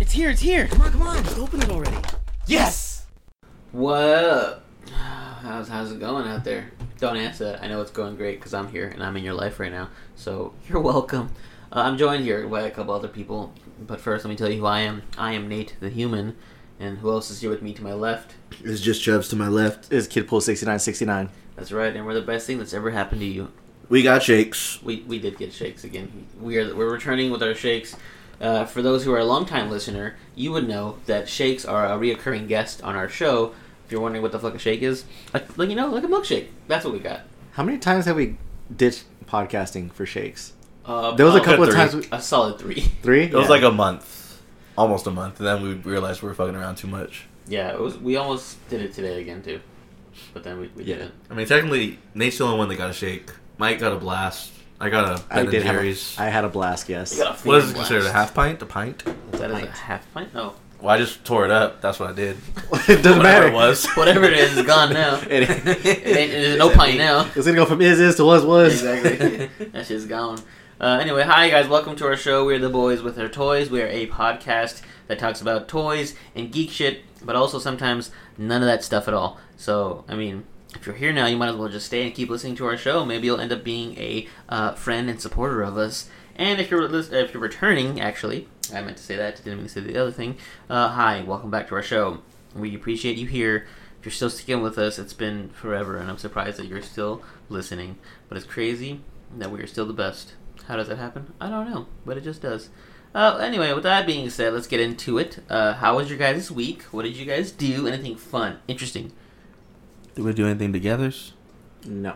It's here, it's here. Come on, come on. Just open it already. Yes! What up? How's, how's it going out there? Don't answer that. I know it's going great because I'm here and I'm in your life right now. So you're welcome. Uh, I'm joined here by a couple other people. But first, let me tell you who I am. I am Nate the Human. And who else is here with me to my left? It's just Chubbs to my left. Is Kid Pool 6969. That's right, and we're the best thing that's ever happened to you. We got shakes. We, we did get shakes again. We are we're returning with our shakes. Uh, for those who are a longtime listener, you would know that shakes are a reoccurring guest on our show. If you're wondering what the fuck a shake is, uh, like like, you know, like a milkshake. That's what we got. How many times have we ditched podcasting for shakes? Uh, There was a probably couple of three. times. We, a solid three. three? It was like a month, almost a month, and then we realized we were fucking around too much. Yeah, it was. We almost did it today again too, but then we, we Yeah. didn't. I mean, technically, Nate's the only one that got a shake. Mike got a blast. I got a I Ben did and have. A, Jerry's. I had a blast, yes. We got a what is freaking it considered? A blast. half pint? A pint? That is a pint? half pint. No, Well, I just tore it up. That's what I did. it doesn't Whatever matter. it was. whatever it is, it's gone now. it It- ain't, there's no pint now. it's going to go from is, is to was, was. exactly. that shit's gone. Uh, anyway, hi guys, welcome to our show. We're the boys with our toys. We are a podcast that talks about toys and geek shit, but also sometimes none of that stuff at all. So, I mean, if you're here now, you might as well just stay and keep listening to our show. Maybe you'll end up being a uh, friend and supporter of us. And if you're lis- if you're returning, actually, I meant to say that. Didn't mean to say the other thing. Uh, hi, welcome back to our show. We appreciate you here. If you're still sticking with us, it's been forever, and I'm surprised that you're still listening. But it's crazy that we are still the best. How does that happen? I don't know, but it just does. Uh, anyway, with that being said, let's get into it. Uh, how was your guys' week? What did you guys do? Anything fun, interesting? Did we do anything together? No.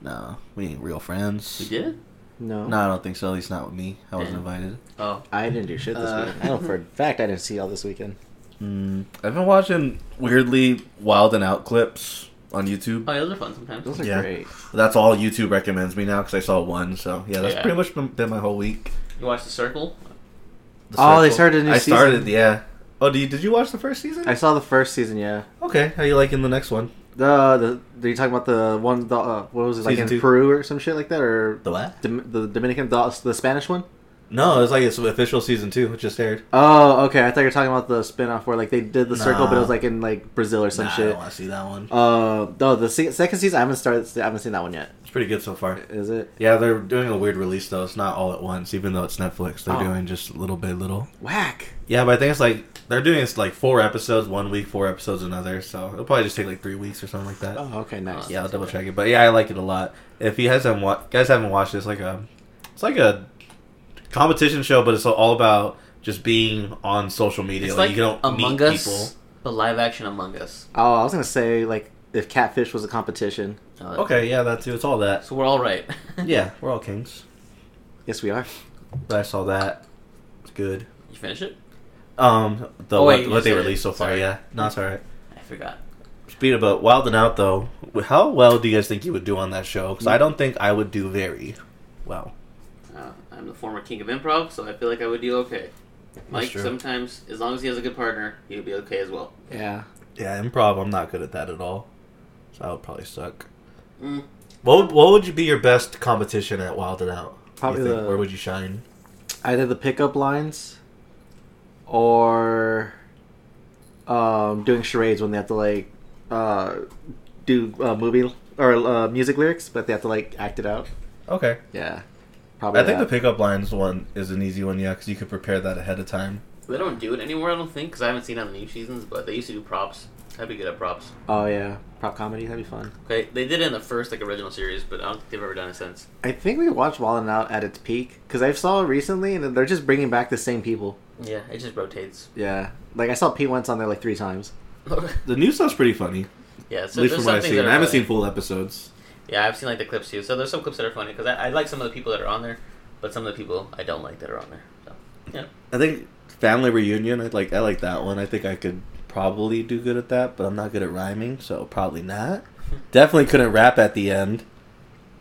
No, we ain't real friends. We did? No. No, I don't think so. At least not with me. I wasn't invited. Oh, I didn't do shit this Uh, weekend. I don't, for a fact, I didn't see y'all this weekend. Mm, I've been watching weirdly wild and out clips on YouTube. oh, yeah, those are fun sometimes. Those are Yeah. great. That's all YouTube recommends me now because I saw one. So yeah, that's Yeah. pretty much been, been my whole week. You watched The Circle? The Oh, they started a new I started. season. Yeah. Oh, did you, did you watch the first season? I saw the first season, yeah. okay. How you liking the next one? The, the, are you talking about the one, the, uh, what was it, like Season in two. Peru or some shit like that? Or The what? Dom- the Dominican, the, the Spanish one? No, it's like it's official season two, which just aired. Oh, okay. I thought you were talking about the spin-off where like they did the circle, but it was Nah. like in like Brazil or some Nah, I shit. don't want to see that one. Uh, no, the se- second season I haven't started. I haven't seen that one yet. it's pretty good so far. Is it? Yeah, they're doing a weird release though. It's not all at once, even though it's Netflix. They're Oh. doing just little by little. Whack. Yeah, but I think it's like they're doing it's like four episodes one week, four episodes another. So it'll probably just take like three weeks or something like that. Oh, okay, nice. Yeah, I'll double check it. But yeah, I like it a lot. If you guys haven't wa- guys haven't watched this, like a, it's like a competition show, but it's all about just being on social media. It's like you don't Among meet Us, people. but live action Among Us. Oh, I was gonna say like if Catfish was a competition. Oh, that- Okay, yeah, that too. It's all that. So we're all right. Yeah, we're all kings. Yes, we are. But I saw that. It's good. you finish it? Um, the Oh, wait, what, you what they said it. released so far. Sorry. Yeah, no, it's all right. I forgot. Speaking about Wild and Out, though, how well do you guys think you would do on that show? Mm. Because I don't think I would do very well. Uh, I'm the former king of improv, so I feel like I would do okay. Mike, true. sometimes, as long as he has a good partner, he'll be okay as well. Yeah. Yeah, improv. I'm not good at that at all, so I would probably suck. Mm. What would, what would you be your best competition at Wild and Out? you Probably think? the- where would you shine? Either the pickup lines, or um, doing charades when they have to like uh, do uh, movie or uh, music lyrics, but they have to like act it out. Okay, Yeah. Probably. I think the that. pickup lines one is an easy one. Yeah, because you could prepare that ahead of time. They don't do it anymore, I don't think, because I haven't seen it on the new seasons, but they used to do props. I'd be good at props. Oh yeah, prop comedy. That'd be fun. Okay, they did it in the first, like, original series, but I don't think they've ever done it since. I think we watched Wall and Out at its peak because I saw it recently and they're just bringing back the same people. Yeah, it just rotates. Yeah, like I saw Pete Wentz on there like three times. The new stuff's pretty funny. yeah, so at least there's from some what I've things seen. that are I haven't funny. seen full episodes. Yeah, I've seen, like, the clips, too. So there's some clips that are funny, because I, I like some of the people that are on there, but some of the people I don't like that are on there. So, yeah. I think family reunion. I like I like that one. I think I could probably do good at that, but I'm not good at rhyming, so probably not. Definitely couldn't rap at the end.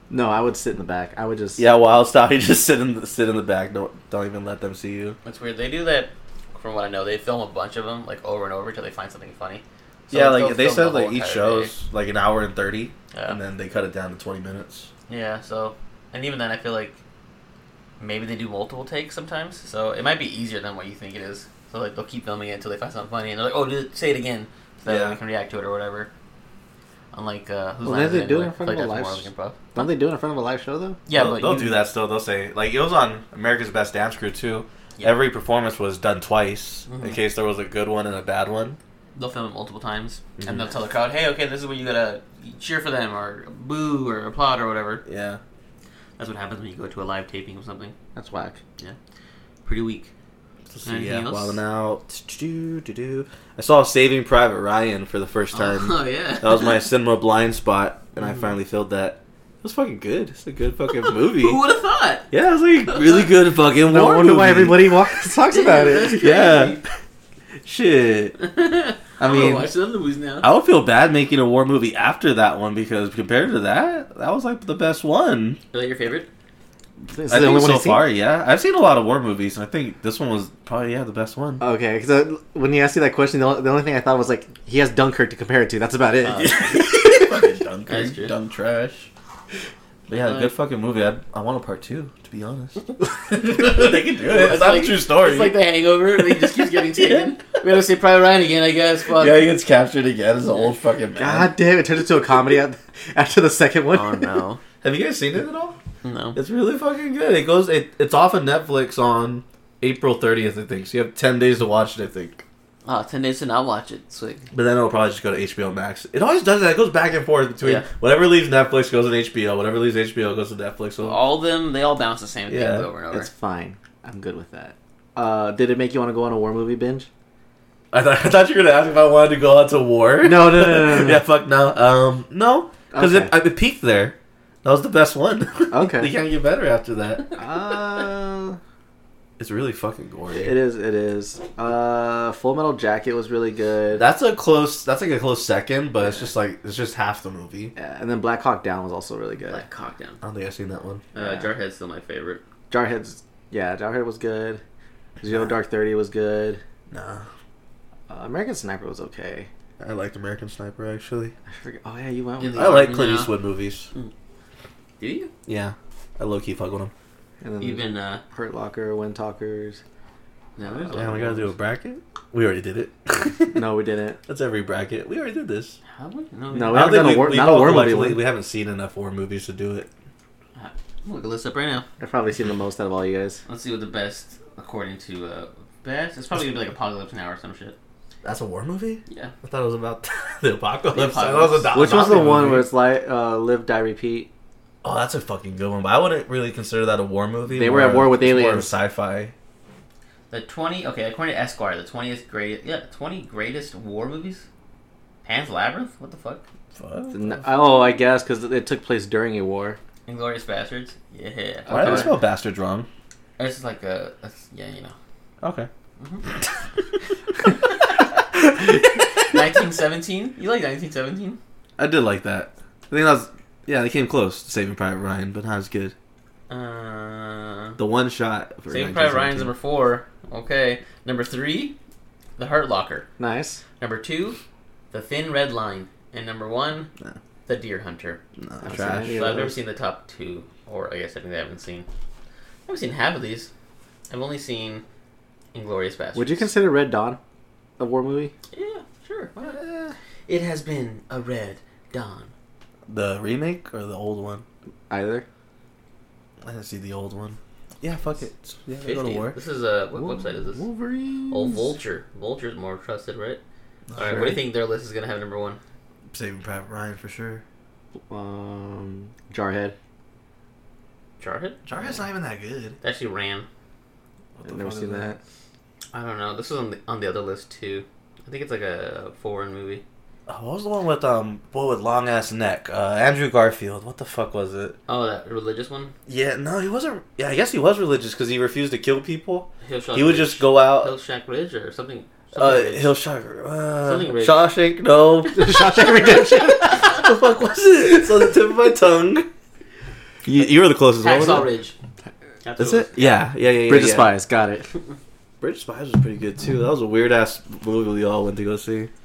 No, I would sit in the back. I would just Yeah, wild style. You just sit in the, sit in the back. Don't don't even let them see you. That's weird. They do that, from what I know, they film a bunch of them, like, over and over until they find something funny. So yeah, they'll like they film the said, whole like each entire day. show's like an hour and thirty, Yeah. and then they cut it down to twenty minutes. Yeah, so and even then I feel like maybe they do multiple takes sometimes. So it might be easier than what you think it is. So like they'll keep filming it until they find something funny, and they're like, "Oh, dude, say it again," so that Yeah. we can react to it or whatever. Unlike uh, who's Well, line then is they it? do it Like, in front of like a that's live more like improv. Don't they do it in front of a live show though? Yeah, they'll, but they'll you- do that still. They'll say like it was on America's Best Dance Crew too. Yeah. Every performance was done twice in Mhm. case there was a good one and a bad one. They'll film it multiple times, Mhm. and they'll tell the crowd, "Hey, okay, this is where you gotta cheer for them, or boo, or applaud, or whatever." Yeah, That's what happens when you go to a live taping of something. That's whack. Pretty weak. so, Anything yeah. else? Wildin' out. Do, do, do. I saw Saving Private Ryan for the first time. Oh, yeah, that was my cinema blind spot, and I Mhm. finally filled that. It was fucking good. It's a good fucking movie. Who would have thought? yeah, it was like a really good fucking No war wonder why movie. everybody walks, talks Damn, about that's it. crazy. Yeah. Shit. I mean- mean, watch the other movies now. I would feel bad making a war movie after that one because compared to that, that was like the best one. Is that your favorite? This is I the think only one so I've seen. far, yeah. I've seen a lot of war movies, and I think this one was probably yeah the best one. Okay, because when you asked me that question, the only, the only thing I thought was like he has Dunkirk to compare it to. That's about it. Uh, fucking dunk, That's true. dumb trash. But yeah, Like- good fucking movie. I, I want a part two, to be honest. It's like- It's like The Hangover, and he just keeps getting taken. We gotta say Private Ryan again, I guess. Fuck. he gets captured again as an old fucking God damn! It turned into a comedy at- after the second one. Oh no, Have you guys seen it at all? no. It's really fucking good. It goes. It, it's off of Netflix on April thirtieth, I think. So you have ten days to watch it, I think. Oh, 10 days to not watch it. Sweet. But then it'll probably just go to HBO Max. It always does that. It goes back and forth between Yeah. whatever leaves Netflix goes to HBO, whatever leaves HBO goes to Netflix. So All of them, they all bounce the same Yeah, things over and over. It's fine. I'm good with that. Uh, did it make you want to go on a war movie binge? I, thought, I thought you were gonna ask if I wanted to go out to war. No, no, no, no, no, no. yeah, fuck no. Um, no, because Okay. it, it peaked there. That was the best one. Okay. you can't get better after that. Uh, It's really fucking gory. it is. It is. Uh, Full Metal Jacket was really good. That's a close. That's like a close second, but it's just like it's just half the movie. Yeah, and then Black Hawk Down was also really good. Like cock down. I don't think I've seen that one. Uh, Yeah. Jarhead's still my favorite. Jarhead's yeah, Jarhead was good. Zero Dark Thirty was good. Nah, Uh, American Sniper was okay. I liked American Sniper actually. I forget. Oh yeah, you went. And With the- I like Clint Yeah. Eastwood movies. Do you? Yeah, I low key fuck with him. and then Even, uh, Hurt Locker, Wind Talkers. no, there's Damn, other we gotta do a ones. bracket. We already did it. No, we didn't. that's every bracket. We already did this. Have we? No, No, we we haven't done a war, not a all war movie. collectively- one. We haven't seen enough war movies to do it. I'm gonna list up right now. I've probably seen the most out of all you guys. Let's see what the best, according to uh, best. It's probably gonna be like Apocalypse Now or some shit. That's a war movie. Yeah. I thought it was about the apocalypse. The apocalypse. I thought it was a do- Which was the zombie one movie. where it's like uh, live, die, repeat? Oh, that's a fucking good one. But I wouldn't really consider that a war movie. They were at More- war with it's more aliens. of a sci-fi. The 20, okay, according to Esquire, the 20th greatest, yeah, 20 greatest war movies? Pan's Labyrinth? What the fuck? Fuck. N- Oh, I guess because it took place during a war. Inglorious Bastards? Yeah. Why did I Okay. spell bastards wrong? It's just like a, that's- yeah, you know. Okay. Mm-hmm. 1917? You like 1917? I did like that. I think that was yeah. They came close to Saving Private Ryan, but not as good. Uh, The one shot. for Saving Private 1917. Ryan's number four. Okay. Number three, The Hurt Locker. Nice. Number two, The Thin Red Line. And number one, No. The Deer Hunter. No, I've seen trash. any So I've never those. seen the top two, or I guess I think I haven't seen. I haven't seen half of these. I've only seen Inglorious Bastards. Would you consider Red Dawn a war movie? Yeah, sure. Why not? It has been a red dawn. The remake or the old one? Either. I didn't see the old one. Yeah, fuck it. Yeah, they go to 50. war. This is a what website is this? Wolverine. Oh, Vulture. Vulture's more trusted, right? All right. What do you think their list is gonna have number one? Saving Private Ryan for sure. Um, Jarhead. Jarhead? Jarhead's not even that good. It's actually Ram. I've never seen that. I don't know. This was on the on the other list too. I think it's like a foreign movie. Oh, what was the one with um boy with long ass neck? Uh, Andrew Garfield. What the fuck was it? Oh, that religious one. Yeah, no, he wasn't. Yeah, I guess he was religious because he refused to kill people. Hillshock he would Ridge. just go out. Hillshack Ridge or something. Uh, something Ridge. Hillshock. Uh, Something Ridge. Shawshank. No, Shawshank Redemption. what the fuck was it? It's on the tip of my tongue. You, you were the closest. What was Hacksaw it? Ridge. That's Is what it? Yeah, yeah, yeah. yeah Bridge yeah. of Spies. Got it. Bridge of Spies was pretty good too. That was a weird ass movie we all went to go see. was.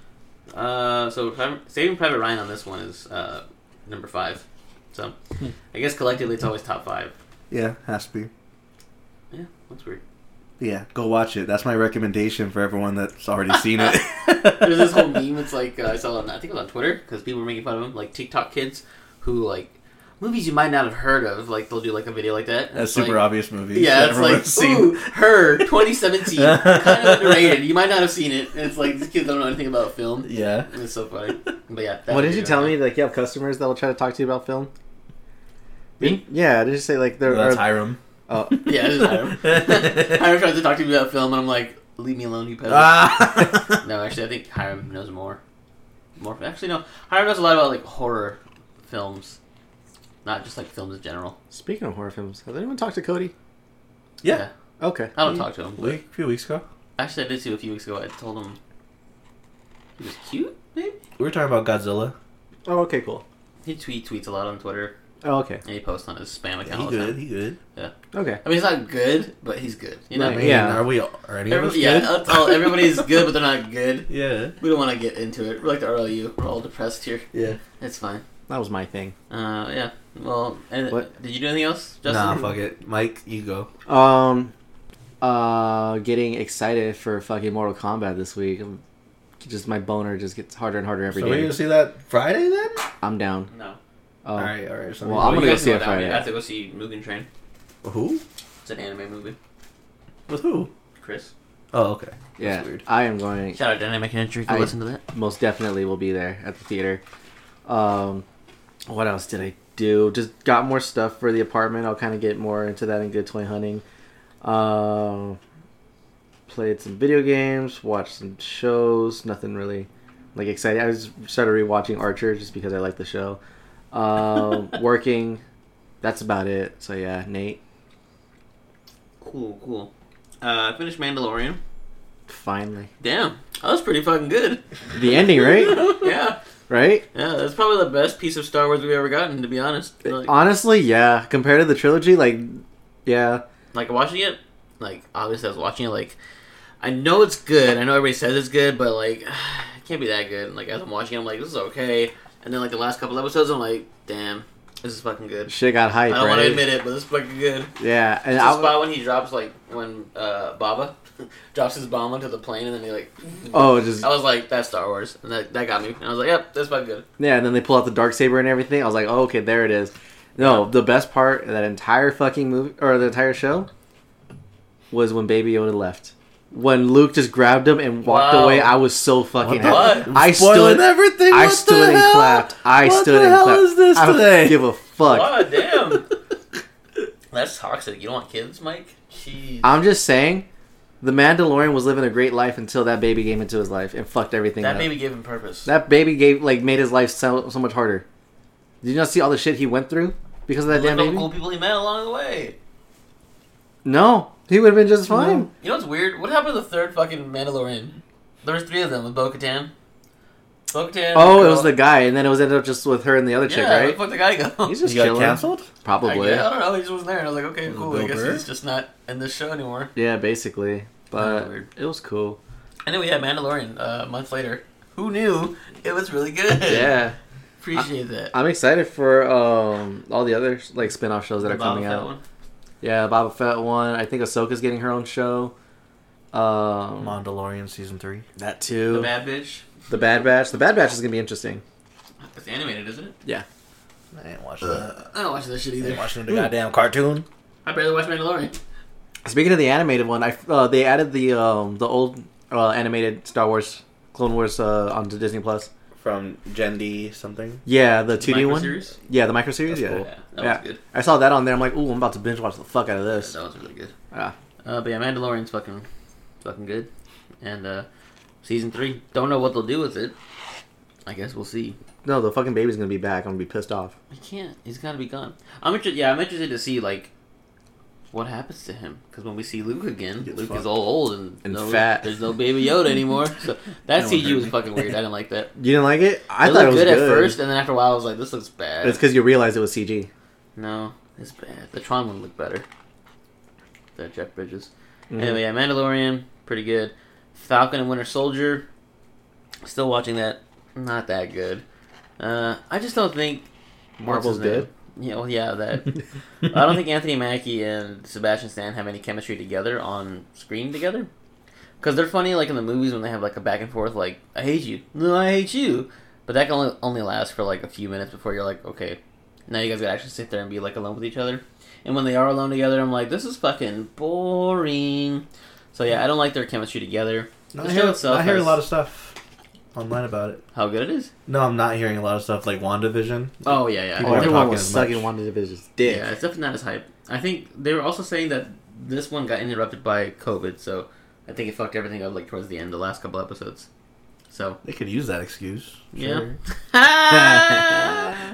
Uh, so Private- Saving Private Ryan on this one is uh, number five. So I guess collectively it's always top five. Yeah, has to be. Yeah, that's weird. yeah, go watch it. That's my recommendation for everyone that's already seen it. There's this whole meme. It's like uh, I saw. it on- I think it was on Twitter because people were making fun of him, like TikTok kids who like movies you might not have heard of. Like they'll do like a video like that. and That's it's super like, obvious movie. Yeah, it's everyone like has seen. ooh, her 2017, kind of underrated. You might not have seen it. And it's like these kids don't know anything about film. Yeah. And It's so funny. But yeah. that What did you video. tell me? Like you have customers that will try to talk to you about film. Me? Yeah, did you say like there? That's are Hiram. Oh, Yeah, this is Hiram. Hiram tries to talk to me about film, and I'm like, "Leave me alone, you pedo." Ah. No, actually, I think Hiram knows more. More actually, no. Hiram knows a lot about like horror films, not just like films in general. speaking of horror films, has anyone talked to Cody? Yeah. Okay, I don't talk to him. Week, a few weeks ago, Actually, I did see him a few weeks ago. I told him he was cute. Maybe we were talking about Godzilla. Oh, okay, cool. he tweet tweets a lot on Twitter, Oh, okay, and he posts on his spam account. all he the time. good. He good. okay. I mean, he's not good, but he's good. You know, Right. I what mean, Yeah. Are we? Are I any mean? of us Every- yeah. good? That's all. Everybody's good, but they're not good. Yeah. We don't want to get into it. We're like the RLU. We're all depressed here. Yeah. It's fine. That was my thing. Uh, yeah. Well, and What? did you do anything else, Justin? Nah, fuck it. Mike, you go. Um, uh, getting excited for fucking Mortal Kombat this week. I'm- just my boner just gets harder and harder every so we're day. gonna see that Friday then? I'm down. No. Oh, All right, all right. So Well, I'm you gonna go guys see can it down. Friday. I have to go see Mugen Train. who? It's an anime movie. With who? Chris. Oh, okay. yeah, weird. I am going. Shout out Dynamic Energy. Go I- listen to that. Most definitely will be there at the theater. Um, what else did I do? Just got more stuff for the apartment. I'll kind of get more into that and get toy hunting. Um, played some video games, watched some shows. Nothing really like exciting. I just started rewatching Archer just because I like the show. Um, working. That's about it. So yeah, Nate. Cool, cool. Uh, I finished Mandalorian. Finally, Damn, that was pretty fucking good. the ending, right? yeah, Right? yeah, that's probably the best piece of Star Wars we've ever gotten, to be honest. Like, Honestly, yeah. Compared to the trilogy, like, yeah. like watching it, like obviously I was watching it, like I know it's good. I know everybody says it's good, but like it can't be that good. And, like as I'm watching, it, I'm like, this is okay. And then like the last couple episodes, I'm like, damn, this is fucking good. Shit got hype. I don't right? want to admit it, but this is fucking good. Yeah, and It's I the spot when he drops like when uh, Baba drops his bomb onto the plane, and then he like, oh, just I was like, that's Star Wars, and that, that got me. And I was like, yep, that's fucking good. yeah, and then they pull out the dark saber and everything. I was like, oh, okay, there it is. No, the best part of that entire fucking movie or the entire show was when Baby Yoda left. When Luke just grabbed him and walked Wow. away, I was so fucking the happy. fuck? I Spoiling stood, everything. I what stood the and hell? clapped. I What stood the and hell clapped. is this I don't today? give a fuck. Oh damn, that's toxic. You don't want kids, Mike. Jeez. I'm just saying, the Mandalorian was living a great life until that baby came into his life and fucked everything that up. maybe gave him purpose. That baby gave like made his life so, so much harder. Did you not see all the shit he went through because of that Look at damn all the baby? cool people he met along the way. No, he would have been just fine. You know what's weird? What happened to the third fucking Mandalorian? There was three of them with Bo-Katan. Bo-Katan. Oh, it girl- was the guy, and then it was ended up just with her and the other yeah, chick, where the right? fuck the guy go? He's just You got chilling, canceled? probably. I, yeah, I Yeah. don't know. He just wasn't there. And I was like, okay, Was it cool. I Bill guess Burr? he's just not in this show anymore. basically. But Kinda weird. it was cool. Anyway, yeah, Mandalorian. Uh, a month later, who knew it was really good? Yeah, appreciate that. I'm excited for um all the other like spin-off shows that The are Boba coming Fett out. one. Yeah, Boba Fett one. I think Ahsoka's getting her own show. Um, Mandalorian season three. that The too. Bad Bitch. the Bad Batch. The Bad Batch is gonna be interesting. It's animated, isn't it? I ain't watching that. I don't watch that shit I ain't either. watching the goddamn cartoon. I barely watch Mandalorian. Speaking of the animated one, I uh, they added the um, the old uh, animated Star Wars Clone Wars uh, onto Disney Plus. From Gen D something. Yeah, the two D one. Series. Yeah, the micro series. Yeah, That's cool. Yeah, that Yeah. was good. I saw that on there. I'm like, ooh, I'm about to binge watch the fuck out of this. That was really good. Yeah. Uh, but yeah, Mandalorian's fucking, fucking good, and uh, season three. Don't know what they'll do with it. I guess we'll see. No, the fucking baby's gonna be back. I'm gonna be pissed off. He can't. He's got to be gone. I'm interested. Yeah, I'm interested to see like what happens to him because when we see Luke again, Gets Luke is fucked. all old and, And no- fat. There's no baby Yoda anymore. So that That one CG hurt was me. fucking weird. I didn't like that. You didn't like it? I it thought it looked was good, good, at first, and then after a while, I was like, "This looks bad." It's because you realized it was CG. no, it's bad. The Tron one looked better. The Jeff Bridges. Mhm. Anyway, yeah, Mandalorian, pretty good. Falcon and Winter Soldier, still watching that. Not that good. Uh, I just don't think what's Marvel's his name? dead? Yeah, well, yeah, that. I don't think Anthony Mackie and Sebastian Stan have any chemistry together on screen together. Because they're funny, like in the movies when they have like a back and forth, like "I hate you," "No, I hate you," but that can only only last for like a few minutes before you're like, okay, now you guys gotta actually sit there and be like alone with each other. And when they are alone together, I'm like, this is fucking boring. So yeah, I don't like their chemistry together. No, The I show hear, itself I hear has- a lot of stuff online about it. How good it is? No, I'm not hearing a lot of stuff like WandaVision. Oh yeah, yeah. People I- aren't Everyone talking was as sucking much. WandaVision's dick. Yeah, it's definitely not as hype. I think they were also saying that this one got interrupted by COVID, so I think it fucked everything up like towards the end, the last couple episodes. So They could use that excuse. yeah. Sure.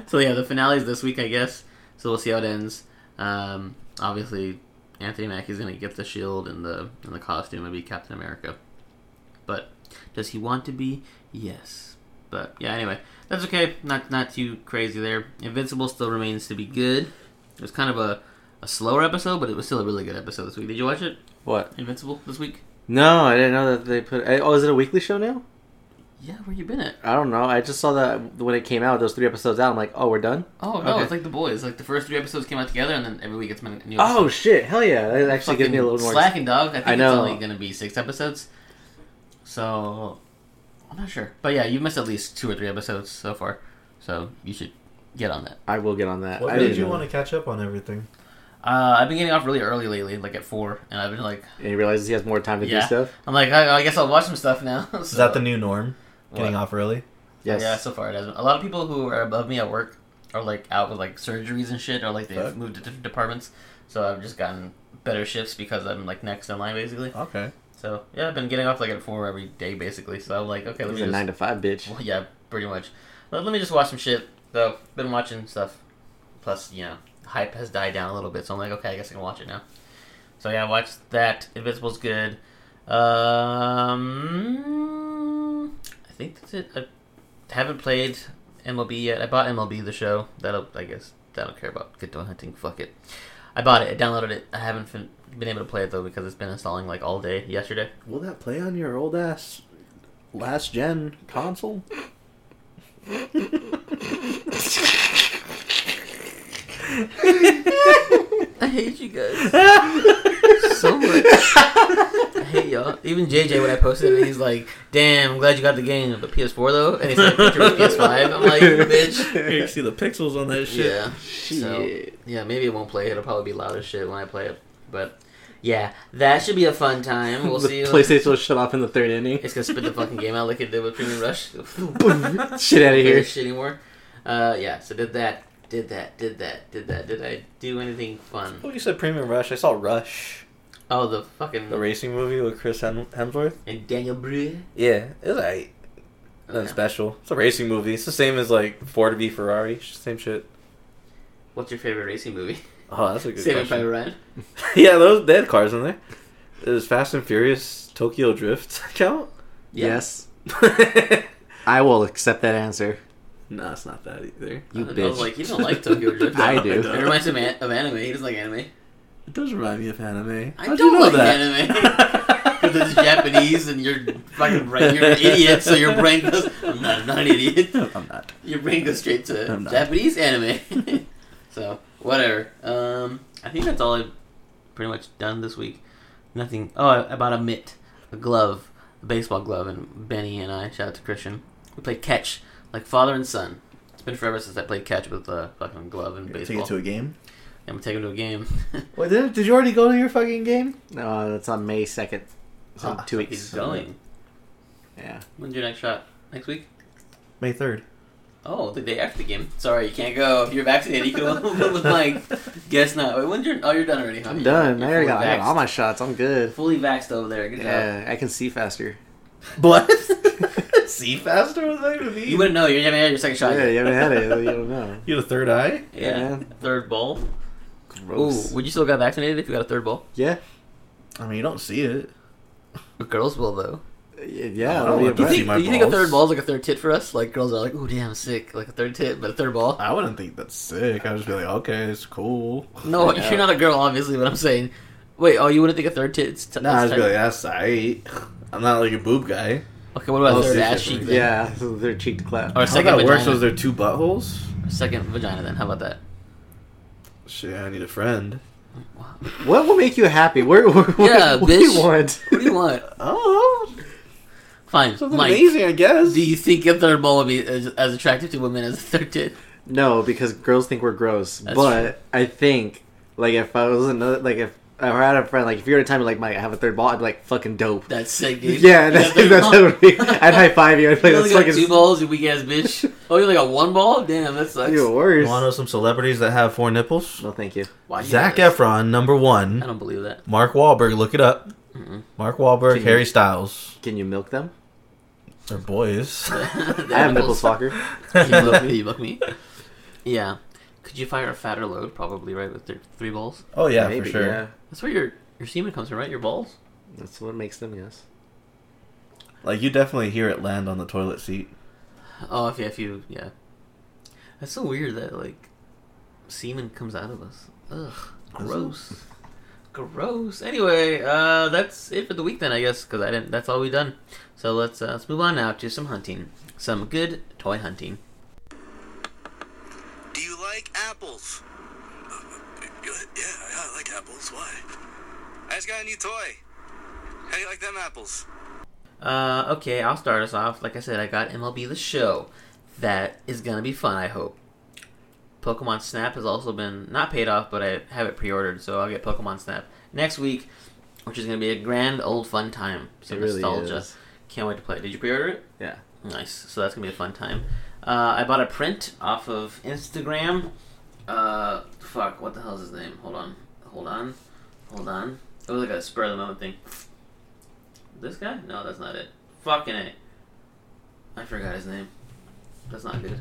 so yeah, the finale's this week, I guess. So we'll see how it ends. Um, obviously, Anthony Mackie's gonna get the shield and the and the costume and be Captain America. But does he want to be? Yes. But yeah, anyway, that's okay. Not not too crazy there. Invincible still remains to be good. It was kind of a, a slower episode, but it was still a really good episode this week. Did you watch it, What? Invincible, this week? No, I didn't know that they put. I- Oh, is it a weekly show now? Yeah, where you been at? I don't know. I just saw that when it came out, those three episodes out. I'm like, oh, we're done. Oh no, Okay. it's like the boys. Like the first three episodes came out together, and then every week it's been a new. Oh shit! Hell yeah! That actually gives me a Fucking little more. slacking, dog. I think I know. it's only gonna be six episodes. So I'm not sure, but yeah, you missed at least two or three episodes so far. So you should get on that. I will get on that. What I made didn't you know want to catch up on everything? Uh, I've been getting off really early lately, like at four, and I've been like, that. And he realizes he has more time to Yeah. do stuff. I'm like, I, I guess I'll watch some stuff now. so, Is that the new norm? Getting Uh, What? off early? Yes. Yeah, so far it hasn't. A lot of people who are above me at work are like out with like surgeries and shit, or like they've Fuck. moved to different departments. So I've just gotten better shifts because I'm like next in line basically. Okay. So yeah, I've been getting off like at four every day basically. So I'm like, okay, let me He's just a nine to five bitch. Well, yeah, pretty much. Let, let me just watch some shit. Though, been watching stuff. Plus, you know, hype has died down a little bit, so I'm like, okay, I guess I can watch it now. So yeah, I watched that. Invincible's good. Um, I think that's it. I haven't played MLB yet. I bought MLB the show. That'll, I guess, I don't care about Good Dog Hunting. Fuck it. I bought it. I downloaded it. I haven't fin- been able to play it though because it's been installing like all day yesterday. Will that play on your old ass last gen console? I hate you guys so much. I hate y'all. Even JJ when I posted it, he's like, "Damn, I'm glad you got the game, but PS4 though." And he said, "Picture with PS5." I'm like, "Bitch." you see the pixels on that Yeah, Shit. yeah. Maybe it won't play. It'll probably be loud as shit when I play it. But yeah, that should be a fun time. We'll the see. PlayStation will shut off in the third inning. It's gonna spit the fucking game out like it did with Premium Rush. Shit out of Don't here. give a shit anymore. Uh, yeah. So did that. Did that. Did that. Did that. Did I do anything fun? Oh, you said Premium Rush. I saw Rush, Oh, the fucking the racing movie with Chris Hem- Hemsworth. and Daniel Brühl. Yeah, it was alright. Nothing Okay. special. It's a racing movie. It's the same as like Ford v Ferrari. Same shit. What's your favorite racing movie? Oh, that's a good Saving Private question. Ryan. yeah, those dead cars in there. It was Fast and Furious Tokyo Drift count. Yeah. Yes, nah, I will accept that answer. it's not that either. Uh, You I bitch. was like, you don't like Tokyo Drift. I No, do. I It don't. reminds him an- of anime. He doesn't like anime. It does remind me of anime. I How'd don't you know like that? anime. Because it's Japanese and you're fucking brain, you're an idiot, so your brain goes, I'm not, I'm not an idiot. I'm not. Your brain goes straight to I'm not. Japanese anime. so, whatever. Um, I think that's all I've pretty much done this week. Nothing. Oh, I, I bought a mitt, a glove, a baseball glove, and Benny and I, shout out to Christian, we played catch, like father and son. It's been forever since I played catch with a fucking glove and Take baseball. it to a game. I'm gonna take him to a game. Wait, did, did you already go to your fucking game? No, that's on May second. It's in Ah, two weeks. He's going. Yeah. When's your next shot? Next week? May 3rd. Oh, the day after the game. Sorry, you can't go. If you're vaccinated, you can go with Mike. Guess not. Wait, when's your? Oh, you're done already. Huh? I'm You're- done. you're I already fully got, I got all vaxxed. my shots. I'm good. fully vaxxed over there. Good job. Yeah, I can see faster. What? See faster than I would You wouldn't know. You haven't had your second shot. Yeah, yet. you haven't had it. You don't know. You had a third eye. Yeah. Yeah. Third ball. Gross. Ooh, would you still got vaccinated if you got a third ball? Yeah. I mean, you don't see it. Girls will though. Yeah. I that'll be don't Do Oh, you a wanna breath. see think, my do you think a balls. third ball is like a third tit for us? Like girls are like, "Ooh, damn, sick!" Like a third tit, but a third ball. I wouldn't think that's sick. I would just be like, okay, it's cool. No, Yeah. you're not a girl, obviously. But I'm saying, wait, oh, you wouldn't think a third tit? T- Nah, I was like, that's alright. I'm not like a boob guy. Okay, what about Oh, third see, ass shit, cheek? right. then? Yeah, so their cheek to clap. Or How second that works vagina. was there two buttholes. Second vagina, then. How about that? Shit, I need a friend. What will make you happy? Where, where, Yeah, what do you bitch. want? What do you want? Oh, Fine, something Mike. amazing, I guess. Do you think a third ball would be as, as attractive to women as a third tit? No, because girls think we're gross. That's but I think, like, if I was another, like, if I had a friend, like, if you were to tell me, like, Mike, I have a third ball, I'd be like, fucking dope. That's sick, dude. yeah, that's, You that's, got what third it would be. I'd high five you. I'd ball. play You that's only got two fucking balls, you weak ass bitch. Oh, you only got one ball? Damn, that sucks. you're You worse. want to know some celebrities that have four nipples? No, thank you. Why do you Zach do this? Efron, number I one. don't believe that. Mark Wahlberg, look it up. Mm-mm. Mark Wahlberg, Can you- Harry Styles. Can you milk them? They're boys. The I have nipple nipples. soccer. Can you look, you look me? Yeah. Could you fire a fatter load? Probably, right? With th- three balls? oh yeah, for Maybe, sure. Yeah. That's where your, your semen comes from, right? Your balls? That's what makes them, yes. Like you definitely hear it land on the toilet seat. Oh, if you, if you, yeah. That's so weird that, like, semen comes out of us. Ugh. Gross. Gross. Anyway, uh, that's it for the week then, I guess, because I didn't, that's all we done. So let's, uh, let's move on now to some hunting. Some good toy hunting. Do you like apples? yeah, yeah, I like apples. Why? I just got a new toy. How do you like them apples? Uh, okay, I'll start us off. Like I said, I got MLB The Show. That is gonna be fun, I hope. Pokemon Snap has also been not paid off, but I have it pre-ordered, so I'll get Pokemon Snap next week, which is gonna be a grand old fun time. So It really nostalgia. is. Can't wait to play. it. Did you pre-order it? Yeah. Nice. So that's gonna be a fun time. Uh, I bought a print off of Instagram. Uh, fuck. What the hell's his name? Hold on. Hold on. Hold on. It was like a spur of the moment thing. This guy? No, that's not it. Fucking it. I forgot his name. That's not good.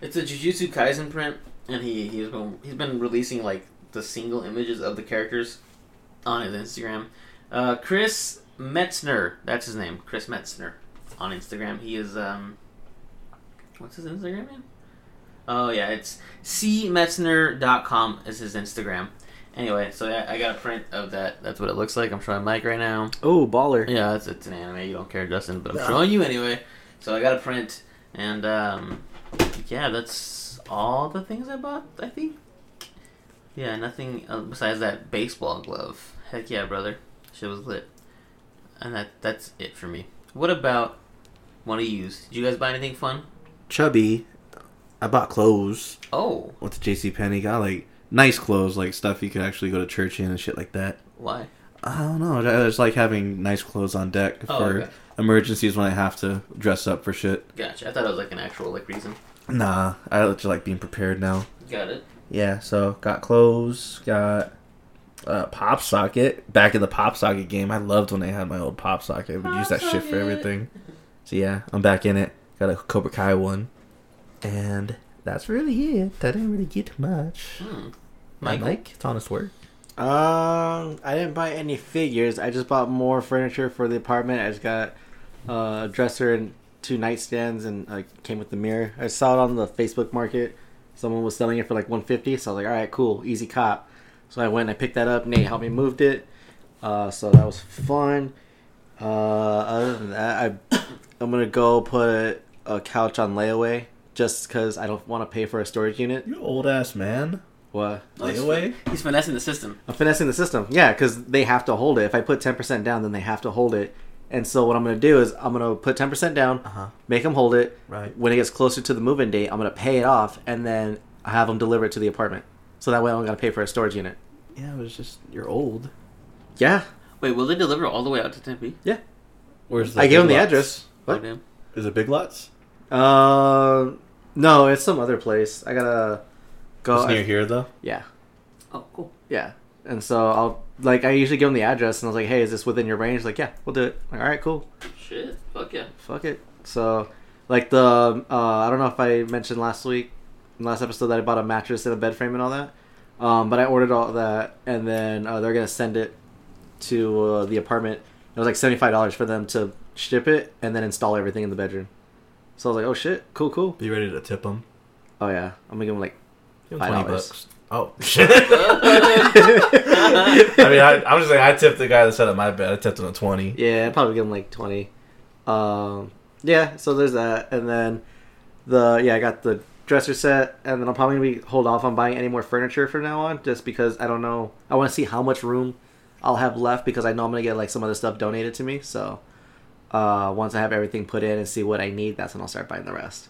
It's a Jujutsu Kaisen print, and he he's been he's been releasing like the single images of the characters on his Instagram. Uh, Chris Metzner, that's his name. Chris Metzner on Instagram. He is um, what's his Instagram name? Oh yeah, it's cmetzner.com is his Instagram. Anyway, so I, I got a print of that. That's what it looks like. I'm showing Mike right now. Oh, baller. Yeah, it's, it's an anime. You don't care, Justin, but I'm No. showing you anyway. So I got a print, and um, yeah, that's all the things I bought. I think. Yeah, nothing uh, besides that baseball glove. Heck yeah, brother, shit was lit. And that that's it for me. What about one of yous? Did you guys buy anything fun? Chubby, I bought clothes. Oh, Went to J.C. Penney, got like nice clothes, like stuff you could actually go to church in and shit like that. why? I don't know. I just like having nice clothes on deck Oh, for okay. emergencies when I have to dress up for shit. Gotcha. I thought it was like an actual like reason. Nah, I just like being prepared now. Got it. Yeah, so got clothes, got uh, pop socket. Back in the pop socket game, I loved when they had my old pop socket. I would use that shit for Popsocket. everything. So yeah, I'm back in it. Got a Cobra Kai one, and that's really it. I didn't really get much. Hmm. My Michael? Mike, it's honest work. Um, I didn't buy any figures. I just bought more furniture for the apartment. I just got uh, a dresser and two nightstands, and uh, came with the mirror. I saw it on the Facebook market. Someone was selling it for like 150, so I was like, "All right, cool, easy cop." So I went and I picked that up. Nate helped me moved it. Uh, so that was fun. Uh, other than that, I I'm gonna go put a couch on layaway just because I don't want to pay for a storage unit. You old ass man. What? Layaway. He's finessing the system. I'm finessing the system. Yeah, because they have to hold it. If I put 10% down, then they have to hold it. And so what I'm going to do is I'm going to put 10% down, Uh-huh. make them hold it. Right. When it gets closer to the move-in date, I'm going to pay it off, and then I have them deliver it to the apartment. So that way I don't got to pay for a storage unit. Yeah, it was just you're old. Yeah. Wait, will they deliver all the way out to Tempe? Yeah. Where's I gave Big them the Lots? address. Oh, What? damn. Is it Big Lots? Uh, no, it's some other place. I got to go. it's near here though. Yeah. Oh, cool. Yeah. And so I'll, like, I usually give them the address, and I was like, hey, is this within your range? Like, yeah, we'll do it. Like, all right, cool. Shit. Fuck yeah. fuck it. So, like the uh, I don't know if I mentioned last week, last episode that I bought a mattress and a bed frame and all that. Um, but I ordered all that, and then uh, they're gonna send it to uh, the apartment. It was like seventy five dollars for them to ship it and then install everything in the bedroom. So I was like, oh shit, cool, cool. Be ready to tip them. Oh yeah, I'm gonna give them like. Five Twenty dollars. bucks. Oh shit. I mean, I, I'm just saying, I tipped the guy that set up my bed. I tipped him a 20. Yeah, I'd probably give him like twenty. Um, yeah, so there's that, and then the yeah, I got the dresser set, and then I'll probably hold off on buying any more furniture from now on, just because I don't know. I want to see how much room I'll have left because I know I'm gonna get like some other stuff donated to me. So uh, once I have everything put in and see what I need, that's when I'll start buying the rest.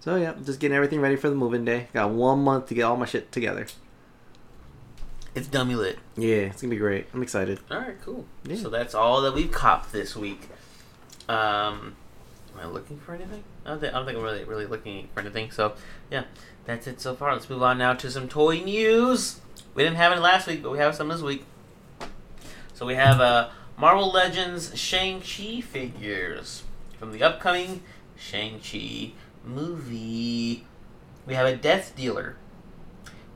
So yeah, just getting everything ready for the moving day. Got one month to get all my shit together. It's dummy lit. Yeah, it's gonna be great. I'm excited. All right, cool. Yeah. So that's all that we've copped this week. Um, am I looking for anything? I don't think, I don't think I'm really really looking for anything. So yeah, that's it so far. Let's move on now to some toy news. We didn't have any last week, but we have some this week. So we have uh, Marvel Legends Shang Chi figures from the upcoming Shang Chi movie. We have a Death Dealer.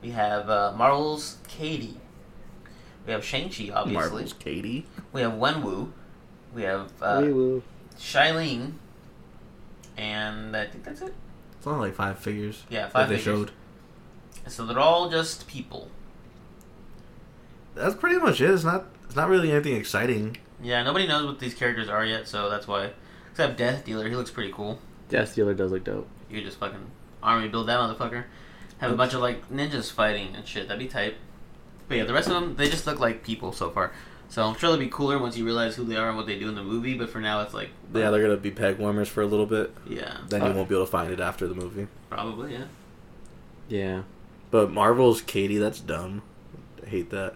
We have uh, Marvel's Katie. We have Shang Chi, obviously. Marvel's Katie. We have Wenwu. We have uh, Wee-woo. Shailene. And I think that's it. It's only like five figures Yeah, five that they figures. showed. So they're all just people. That's pretty much it. It's not. It's not really anything exciting. Yeah, nobody knows what these characters are yet, so that's why. Except Death Dealer, he looks pretty cool. Death Dealer does look dope. You could just fucking army build that motherfucker. Have a bunch of like ninjas fighting and shit. That'd be tight. But yeah, the rest of them, they just look like people so far. So I'm sure they'll be cooler once you realize who they are and what they do in the movie. But for now, it's like Yeah, they're gonna be peg warmers for a little bit. yeah, Then you won't be able to find it after the movie. probably yeah. Yeah. But Marvel's Katie, that's dumb. I hate that.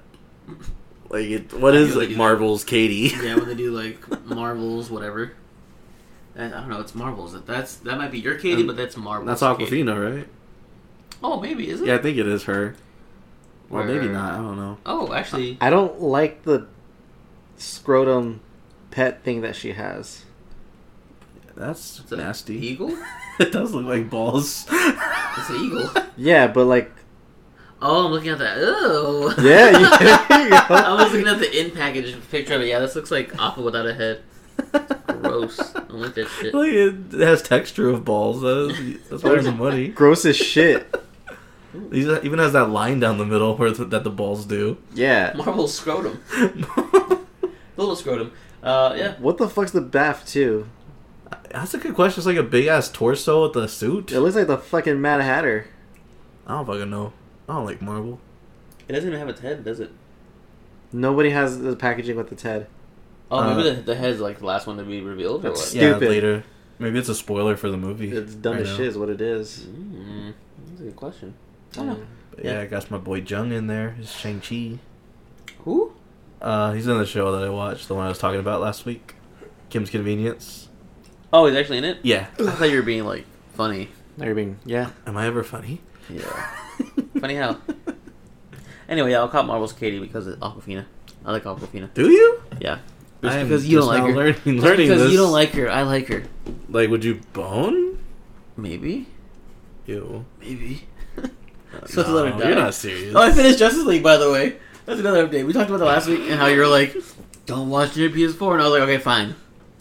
Like, it, what I is feel like you. Marvel's Katie? yeah, when they do like Marvels, whatever. That, I don't know. It's Marvels. That- That's that might be your Katie, Um, but that's Marvels. That's Katie. Aquafina, right? Oh, maybe is it? Yeah, I think it is her. Or maybe Where- not. I don't know. Oh, actually, I don't like the scrotum pet thing that she has. That's it's a nasty. eagle. it does look like balls. It's an eagle. Yeah, but like, Oh, I'm looking at that. Oh. yeah, you, you go. I was looking at the in package picture of it. Yeah, this looks like Appa without a head. Gross. I don't like that shit. Like it has texture of balls. That's, that's worth the money. gross as shit. It even has that line down the middle where th- that the balls do. Yeah. Marvel scrotum. that's Little scrotum. Uh, yeah. What the fuck's the bath too? a good question. It's like a big ass torso with a suit. It looks like the fucking Mad Hatter. I don't fucking know. I don't like Marvel. It doesn't even have its head, does it? Nobody has the packaging with the Ted. Oh, maybe Uh, the, the head's like the last one to be revealed or what? That's- Yeah, Stupid. later. Maybe it's a spoiler for the movie. It's dumb I as know. shit is what it is. Mm, that's a good question. I don't know. But yeah, I got my boy Jung in there. It's Shang Chi. Who? Uh, he's in the show that I watched, the one I was talking about last week, Kim's Convenience. Oh, he's actually in it? Yeah. I thought you were being like funny. There you being yeah. Am I ever funny? Yeah. Funny how. Anyway, yeah, I'll call Marvel's Katie because of Aquafina. I like Aquafina. Do you? Yeah. I Just am because you don't just like now her. Learning, Just learning because this. you don't like her, I like her. Like, would you bone? Maybe. Ew. Maybe. No, so to let her die. You're not serious. Oh, I finished Justice League, by the way. That's another update. We talked about that last week and how you were like, don't watch your PS4. And I was like, okay, fine.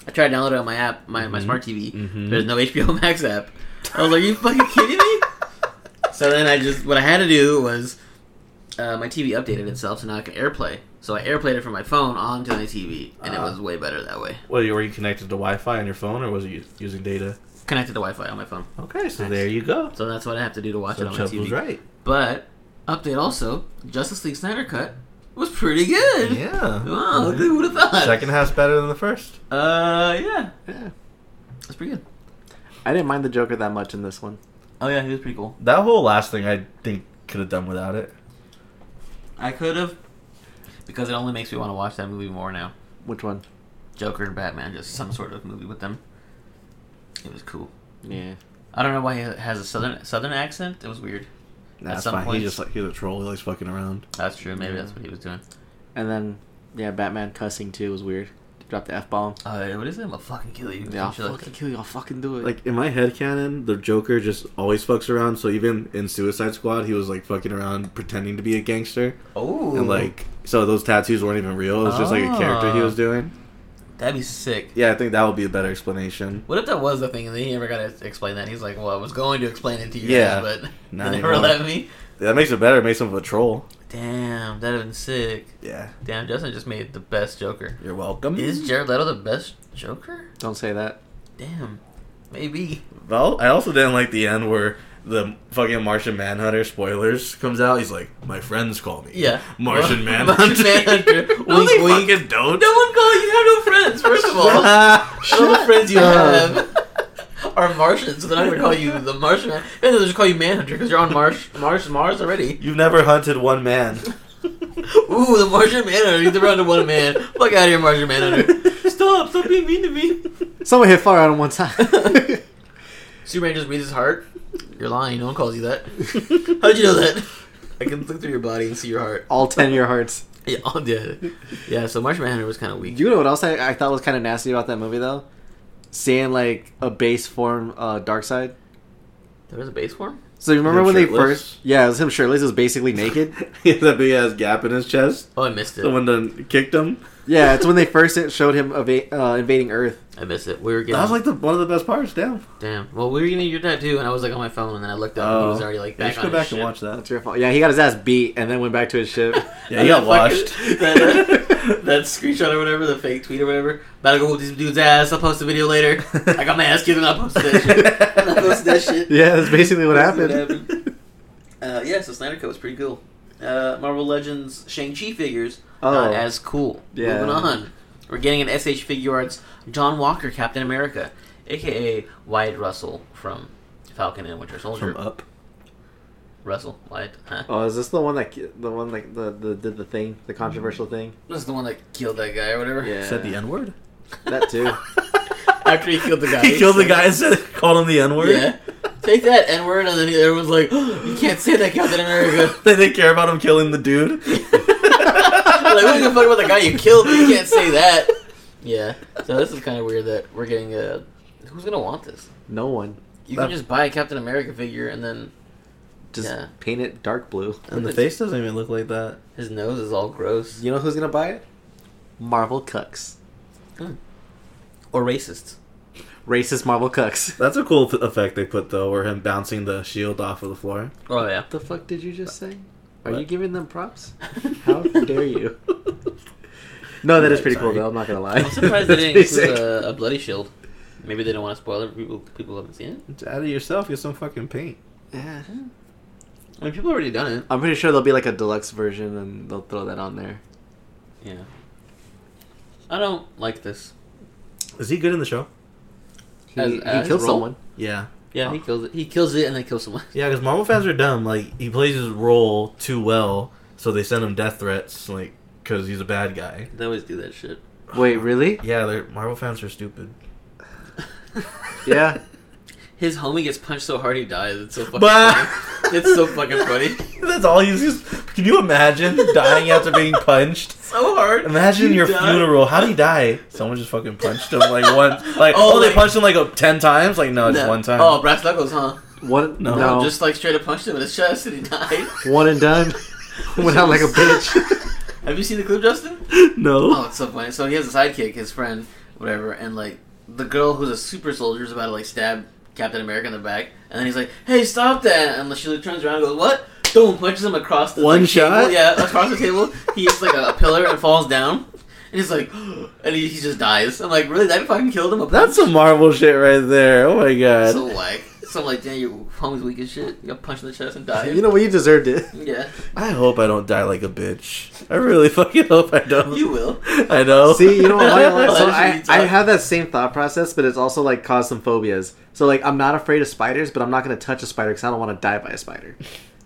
I tried to download it on my app, my, my Mhm. smart TV. Mhm. There's no HBO Max app. I was like, you fucking kidding me? so then I just, what I had to do was, uh, my TV updated itself, so now I can AirPlay. So I AirPlayed it from my phone onto my TV, and it Ah. was way better that way. Well, were you connected to Wi-Fi on your phone, or was it u- using data? Connected to Wi Fi on my phone. Okay, so there you go. So that's what I have to do to watch So it on my Chubb TV. was right. But, update also, Justice League Snyder Cut was pretty good. Yeah. Wow, who would have thought? Second half's better than the first. Uh, yeah, Yeah. that's pretty good. I didn't mind the Joker that much in this one. Oh yeah, he was pretty cool. That whole last thing, I think, could have done without it. I could have, because it only makes me want to watch that movie more now. Which one? Joker and Batman, just some sort of movie with them. It was cool. Yeah. I don't know why he has a southern southern accent. It was weird. That's some fine. point- He just like he's a troll. He likes fucking around. That's true. Maybe that's what he was doing. And then yeah, Batman cussing too was weird. Drop the F bomb. Uh, what is it? I'm gonna fucking kill you. Yeah, I'll Something like fucking kill you, I'll fucking do it. Like in my head canon, the Joker just always fucks around. So even in Suicide Squad, he was like fucking around, pretending to be a gangster, that. oh, and like so those tattoos weren't even real. It was just like a character he Ah. was doing. that'd be sick. Yeah, I think that would be a better explanation. What if that was the thing and then he never got to explain that? He's like, well, I was going to explain it to you Yeah. guys, but Now they you never won't. let me. That makes it better. It makes him a troll. Damn, that'd have been sick. Yeah, Damn, Justin just made the best Joker. you're welcome. Is Jared Leto the best Joker? Don't say that. Damn. Maybe. Well, I also didn't like the end where the fucking Martian Manhunter spoilers comes out, he's like, "My friends call me." Yeah. Martian Well, Manhunter. Martian Manhunter. no, they Wink, fucking don't. No one calls you have no friends, first of all. All the friends you have are Martians, so they're not going to call you the Martian. Man- Yeah, They'll just call you Manhunter because you're on Marsh, Marsh, Mars already. You've never hunted one man. Ooh, the Martian Manhunter. He's the round of one man. Fuck out of here, Martian Manhunter. Stop! Stop being mean to me. Someone hit fire on him one time. Superman just reads his heart. You're lying. No one calls you that. How'd you know that? I can look through your body and see your heart. All ten of your hearts. Yeah, oh, yeah, yeah. So Martian Manhunter was kind of weak. You know what else I, I thought was kind of nasty about that movie though? Seeing like a base form uh, dark side. There was a base form. So you remember Him when they shirtless? first? Yeah, it was him shirtless. It was basically naked. he has that big ass gap in his chest. Oh, I missed it. Someone done kicked him. yeah, it's when they first showed him eva- uh, invading Earth. I missed it. We were getting That was like the one of the best parts. Damn. Damn. Well, we were getting your tattoo, and I was like on my phone, and then I looked up, and he was already like Oh. Yeah, you back should on go back his and ship. watch that. That's your fault. Yeah, he got his ass beat and then went back to his ship. Yeah, he got washed. that, that screenshot or whatever, the fake tweet or whatever. About to go whoop this dude's ass. I'll post a video later. I got my ass kicked, and I posted that shit. I posted that shit. yeah, that's basically what That's what happened. Uh, yeah, so Snyder Cut was pretty cool. Uh, Marvel Legends Shang Chi figures Oh. not as cool. Yeah. Moving on, we're getting an SH Figure Arts John Walker Captain America, aka Wyatt Russell from Falcon and Winter Soldier. From uh, up. Russell Wyatt. Huh? oh, is this the one that ki- the one like the, the did the thing, the controversial thing? This is the one that killed that guy or whatever. Yeah, Said the N word. that too. After he killed the guy. he killed the guy and said, called him the N word. Yeah. Take that N word, and then everyone's like, "You can't say that, Captain America." they didn't care about him killing the dude. like, what the fuck about the guy you killed? You can't say that. Yeah. So this is kind of weird that we're getting a. Who's gonna want this? No one. You can That- just buy a Captain America figure, and then Just Yeah. paint it dark blue. And the face doesn't even look like that. his nose is all gross You know who's gonna buy it? Marvel cucks. or racist. Racist Marvel cucks. That's a cool th- effect they put though, where him bouncing the shield off of the floor. Oh yeah. The fuck did you just say? Are What? you giving them props? How dare you? No, that is pretty cool Sorry. though. I'm not gonna lie. I'm surprised they That's didn't pretty include sick. a, a bloody shield. Maybe they don't want to spoil it. People people haven't seen it. It's out of yourself. Get some fucking paint. Yeah. I mean, people already done it. I'm pretty sure there'll be like a deluxe version, and they'll throw that on there. Yeah. I don't like this. Is he good in the show? He, As- he as killed role? someone. Yeah, Yeah, he kills it. He kills it and then kills someone. yeah. Because Marvel fans are dumb. Like he plays his role too well, so they send him death threats. Like because he's a bad guy. They always do that shit. Wait, really? Yeah, they're, Marvel fans are stupid. Yeah. His homie gets punched so hard he dies. It's so fucking But funny. It's so fucking funny. That's all he's just. Can you imagine dying after being punched? So hard. Imagine You your die. funeral. How would he die? Someone just fucking punched him like once. Like Oh, oh, they like- punched him like uh, ten times. Like no, just No. one time. Oh, brass knuckles, huh? One No. no, No, just like straight up punched him in his chest and he died. one and done. Went out like a bitch. Have you seen the clip, Justin? no. Oh, it's so funny. So he has a sidekick, his friend, whatever, and like the girl who's a super soldier is about to like stab Captain America in the back, and then he's like, "Hey, stop that!" And she like, turns around and goes, "What?" Boom! Punches him across the One like, shot? Table. Yeah, across the table. He hits like a, a pillar and falls down, and he's like, and he, he just dies. I'm like, really? That fucking killed him? Oh. A That's some Marvel shit right there. Oh my god. so whack. So I'm like, damn, your homie's weak as shit. You got punched in the chest and died. you know what? You deserved it. Yeah, I hope I don't die like a bitch. I really fucking hope I don't. you will. I know. See, you know what? Why- so why should I, you I talk? have that same thought process, but it's also like caused some phobias. So like, I'm not afraid of spiders, but I'm not gonna touch a spider because I don't want to die by a spider.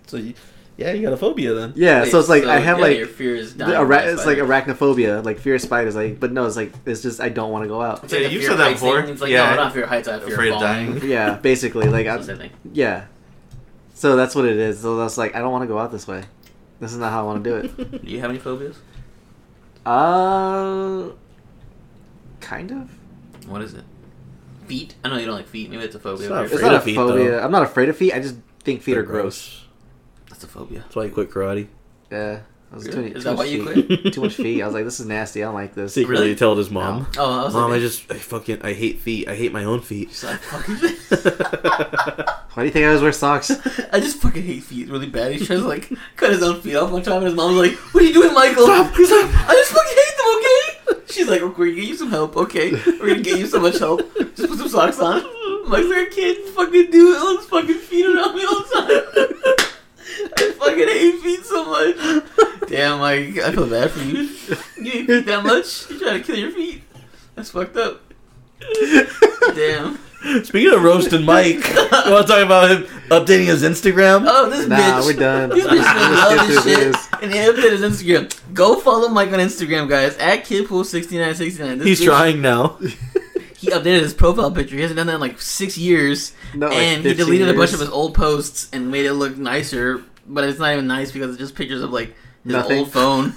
So you, yeah, you got a phobia then. Yeah. Wait, so it's like I have yeah, like your fear is the dying. ara- by it's like spider. arachnophobia, like fear of spiders. Like, but no, it's like it's just I don't want to go out. It's like Yeah, the you've fear said of that heights thing. before. It's like Yeah. no, not fear of heights. I have fear Afraid of falling. dying. Yeah, basically, like That's the I, thing. yeah. So that's what it is. So that's like I don't want to go out this way. This is not how I want to do it. Do you have any phobias? Uh, kind of. What is it? Feet? I know you don't like feet. Maybe it's a phobia. It's not Maybe It's Afraid not a of feet, phobia. though. I'm not afraid of feet. I just think feet They're are gross. That's a phobia. That's why you quit karate. Yeah. I was Really? too, Is that too much why you feet. quit? too much feet. I was like, this is nasty. I don't like this. Secretly Really? you told his mom. Oh, I was Mom, like, I just I fucking I hate feet. I hate my own feet. She's like, "Fucking feet." Why do you think I always wear socks? I just fucking hate feet really bad. He tries to like cut his own feet off one time, and his mom's like, "What are you doing, Michael?" Stop, He's like, "I just fucking hate them." Okay. She's like, "We're gonna get you some help. Okay, we're gonna get you so much help. Just put some socks on." Like there a kid fucking dude that looks fucking feet around me all the time. I fucking hate feet so much. Damn, like I feel bad for you. You hate feet that much? You trying to kill your feet? That's fucked up. Damn. Speaking of roasting Mike, you want to talk about him updating his Instagram? Oh, this Nah, bitch. we're done. This bitch Let's been love get this through shit. this. And he updated his Instagram. Go follow Mike on Instagram, guys. At kidpool6969. This He's bitch- trying now. He updated his profile picture. He hasn't done that in like six years. No, like and he 15 deleted a bunch years. of his old posts and made it look nicer. But it's not even nice because it's just pictures of like his Nothing. old phone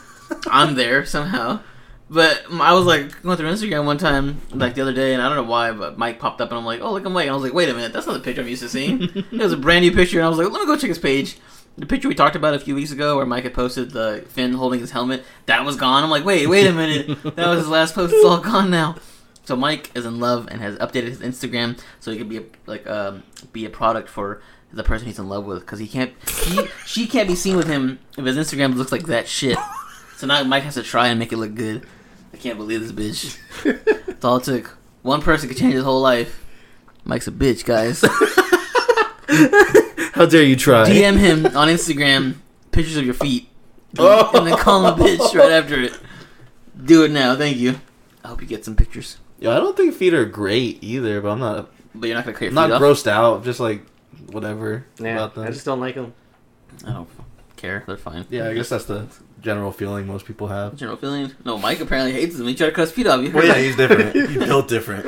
on there somehow. But m- I was like going through Instagram one time, like the other day, and I don't know why, but Mike popped up and I'm like, oh, look at Mike. And I was like, wait a minute, that's not the picture I'm used to seeing. it was a brand new picture, and I was like, let me go check his page. The picture we talked about a few weeks ago where Mike had posted the Finn holding his helmet, that was gone. I'm like, wait, wait a minute. that was his last post. It's all gone now. So Mike is in love and has updated his Instagram so he could be a, like um, be a product for the person he's in love with because he can't he, she can't be seen with him if his Instagram looks like that shit. So now Mike has to try and make it look good. I can't believe this bitch. That's all it took. One person could change his whole life. Mike's a bitch, guys. How dare you try? DM him on Instagram pictures of your feet Oh. and then call him a bitch right after it. Do it now. Thank you. I hope you get some pictures. Yo, I don't think feet are great either, but I'm not But you're not gonna cut your feet I'm not off. grossed out. Just like whatever Yeah, about them. I just don't like them. I don't care. They're fine. yeah, I guess that's the general feeling most people have. General feeling. No, Mike apparently hates them. He tried to cut his feet off. You heard Well, Yeah, that? he's different. He built different.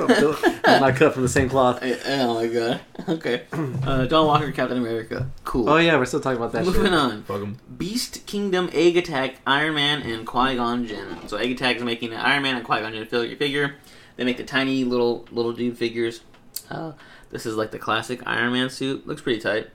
I'm not cut from the same cloth. I- oh my god. Okay. Uh, John Walker, Captain America. Cool. Oh yeah, we're still talking about that. Moving shit. on. Fuck him. Beast Kingdom Egg Attack, Iron Man, and Qui Gon Jinn. So Egg Attack is making an Iron Man and Qui Gon Jinn fig- figure. They make the tiny little little dude figures. Uh, this is like the classic Iron Man suit. Looks pretty tight.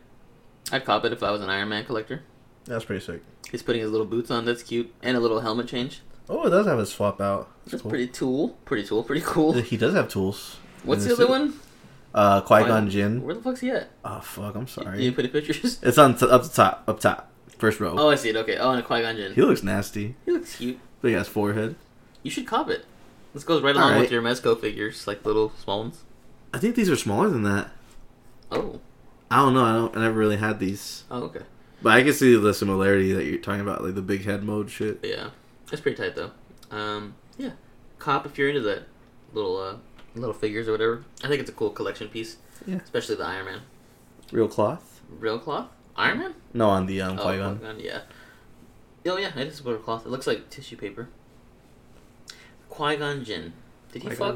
I'd cop it if I was an Iron Man collector. That's pretty sick. He's putting his little boots on. That's cute, and a little helmet change. Oh, it does have a swap out. That's pretty tool. Pretty tool. Pretty cool. He does have tools. What's in the his other suit. one? Uh, Qui Gon Qui- Jinn. Where the fuck's he at? Oh fuck, I'm You sorry. didn't put any pictures? It's on t- up the top, up top, first row. Oh, I see it. Okay. Oh, and a Qui Gon Jinn. He looks nasty. He looks cute. Big ass forehead. You should cop it. This goes right along Alright. with your Mezco figures, like little small ones. I think these are smaller than that. Oh. I don't know. I don't. I never really had these, Oh, okay. but I can see the similarity that you're talking about, like the big head mode shit. Yeah, that's pretty tight though. Um, yeah, cop if you're into that little uh, little figures or whatever. I think it's a cool collection piece. Yeah. Especially the Iron Man, Real cloth. real cloth Iron Man. No, on the um, Qui Oh, Qui-Gon, yeah. Oh yeah, it is a cloth. It looks like tissue paper. Qui Gon Jinn. Did he fuck?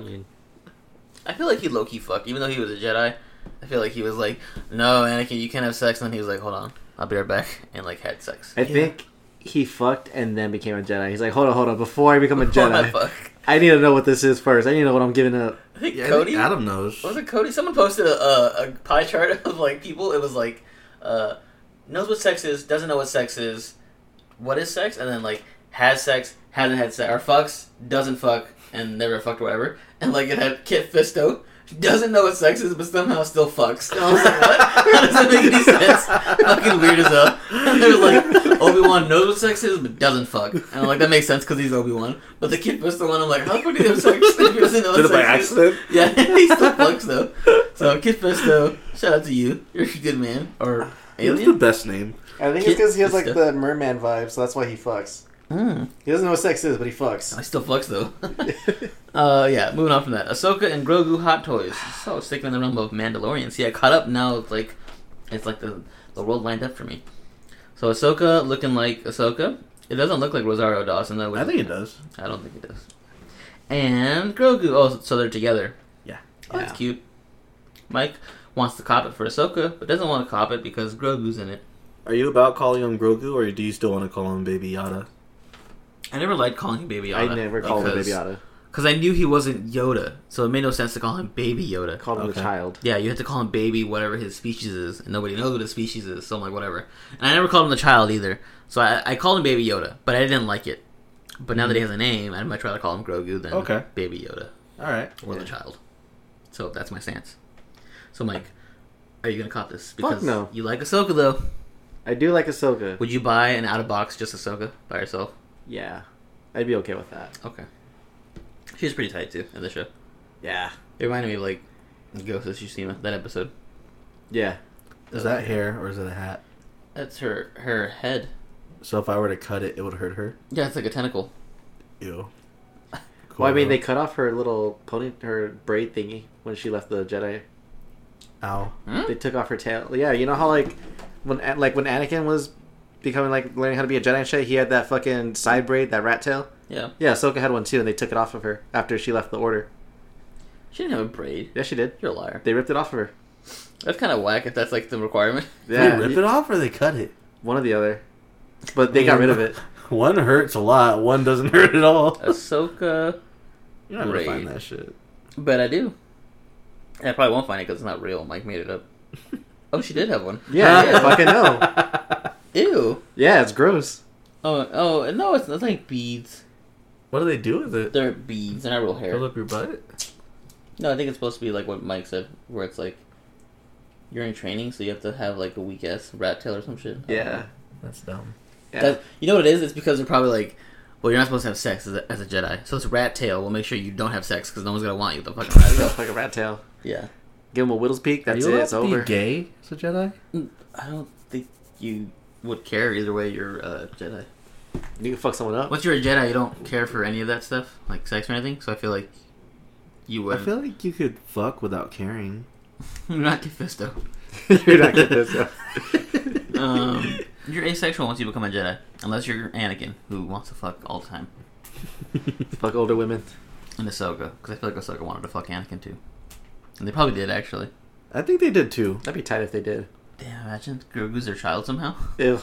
I feel like he low key fucked, even though he was a Jedi. I feel like he was like, "No, Anakin, you can't have sex." And then he was like, "Hold on, I'll be right back," and like had sex. I think he fucked and then became a Jedi. He's like, hold on, hold on. Before I become a Before I Jedi, Oh fuck. I need to know what this is first. I need to know what I'm giving up. I think Yeah, I think Cody. Adam knows. What was it Cody? Someone posted a, a, a pie chart of like people. It was like uh, knows what sex is, doesn't know what sex is, what is sex, and then like has sex, hasn't had sex, or fucks, doesn't fuck, and never fucked or whatever. And like it had Kit Fisto. Doesn't know what sex is, but somehow still fucks. And I was like, what? How does that make any sense? Fucking weird as hell. And they're like, Obi Wan knows what sex is, but doesn't fuck. And I'm like, that makes sense because he's Obi Wan. But the Kid Fisto one, I'm like, how the fuck do they have sex if he doesn't know what Did it sex by is? accident? Yeah, he still fucks though. So Kid Festo, shout out to you. You're a good man. Or That's the alien? best name. I think it's 'cause he has, like, the merman vibe, so that's why he fucks. Mm. He doesn't know what sex is, but he fucks. I Oh, still fucks though. uh, yeah. Moving on from that, Ahsoka and Grogu hot toys. So sticking in the realm of Mandalorian. See, I caught up now. It's like, it's like the the world lined up for me. So Ahsoka looking like Ahsoka. It doesn't look like Rosario Dawson though. which I is- think it does. I don't think it does. And Grogu. Oh, so they're together. Yeah. Oh, that's Yeah. cute. Mike wants to cop it for Ahsoka, but doesn't want to cop it because Grogu's in it. Are you about calling him Grogu, or do you still want to call him Baby Yoda? I never liked calling him Baby I Yoda. never called him Baby Yoda. Because I knew he wasn't Yoda, so it made no sense to call him Baby Yoda. Called him Okay. a child. Yeah, you have to call him Baby, whatever his species is, and nobody knows what his species is, so I'm like, whatever. And I never called him the child either, so I, I called him Baby Yoda, but I didn't like it. But now that he Mm. has a name, I'd much rather call him Grogu than Okay. Baby Yoda All right. or the child. So that's my stance. So, Mike, are you going to cop this? no. you like Ahsoka, though. I do like Ahsoka. Would you buy an out of box just Ahsoka by herself? Yeah. I'd be okay with that. Okay. She was pretty tight, too, in the show. Yeah. It reminded me of like Ghost of Tsushima. That episode. Yeah. Is that hair or is it a hat? That's her her head. So if I were to cut it, it would hurt her. Yeah, it's like a tentacle. Ew. Well, I mean, they cut off her little pony, her braid thingy when she left the Jedi. ow. Hmm? They took off her tail. Yeah, you know how like when like when Anakin was becoming like learning how to be a Jedi and shit, he had that fucking side braid, that rat tail. Yeah, Yeah, Ahsoka had one too, and they took it off of her after she left the Order. she didn't have a braid. Yeah, she did. You're a liar. They ripped it off of her. That's kind of whack if that's like the requirement. Yeah, they rip it off or they cut it. one or the other. But they got rid of it. One hurts a lot. One doesn't hurt at all. Ahsoka, You're not gonna Great. find that shit. but I do. And I probably won't find it because it's not real. Mike made it up. Oh, she did have one. Yeah, yeah, fucking no. Ew. Yeah, it's gross. Oh, oh no, it's, it's like beads. What do they do with it? They're beads. They're not real hair. Hold up your butt. No, I think it's supposed to be like what Mike said, where it's like you're in training, so you have to have like a weak ass rat tail or some shit. I don't know. Yeah. That's dumb. yeah. That- you know what it is? It's because they're probably like, well, you're not supposed to have sex as a, as a Jedi, so this rat tail will make sure you don't have sex because no one's gonna want you with a fucking rat tail. like a rat tail. yeah, Give him a whittle's peak. That's Are you it. It's allowed to be over. Gay as a Jedi. Mm, I don't think you would care either way. You're a Jedi. You can fuck someone up. Once you're a Jedi, you don't care for any of that stuff, like sex or anything. So I feel like you I would. feel like you could fuck without caring. not get Fisto. You're not getting this. yeah. Um, you're asexual once you become a Jedi, unless you're Anakin, who wants to fuck all the time. fuck older women. And Ahsoka, because I feel like Ahsoka wanted to fuck Anakin too. And they probably did, actually. I think they did too. That'd be tight if they did. Damn, imagine Grogu's their child somehow. Ew.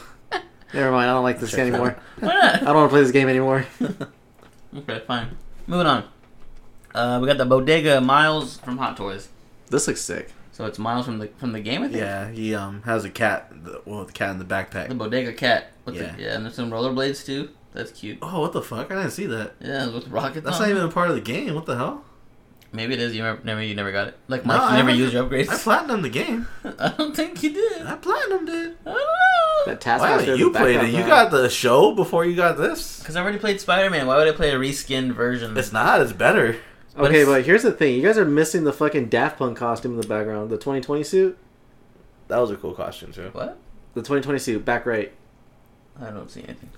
Never mind. I don't like this game anymore. I Why don't want to play this game anymore. not? okay, fine. Moving on. Uh, we got the Bodega Miles from Hot Toys. This looks sick. So it's Miles from the from the game, I think. Yeah, he um has a cat. The, well, the cat in the backpack. The Bodega Cat. With Yeah. The, yeah, and there's some rollerblades too. That's cute. oh, what the fuck? I didn't see that. Yeah, with rockets. That's on not it. even a part of the game. What the hell? Maybe it is. You never, never, you never got it. Like No, Mike, I you never haven't- used your upgrades. I platinum the game. I don't think you did. I I platinum did. don't know. That Why Taskmaster. haven't in you the uh, played it? background, You though. got the show before you got this. Because I already played Spider Man. Why would I play a reskinned version? It's not. It's better. but okay, it's- but here's the thing. You guys are missing the fucking Daft Punk costume in the background. The 2020 suit. That was a cool costume too. What? The 2020 suit. Back right. I don't see anything.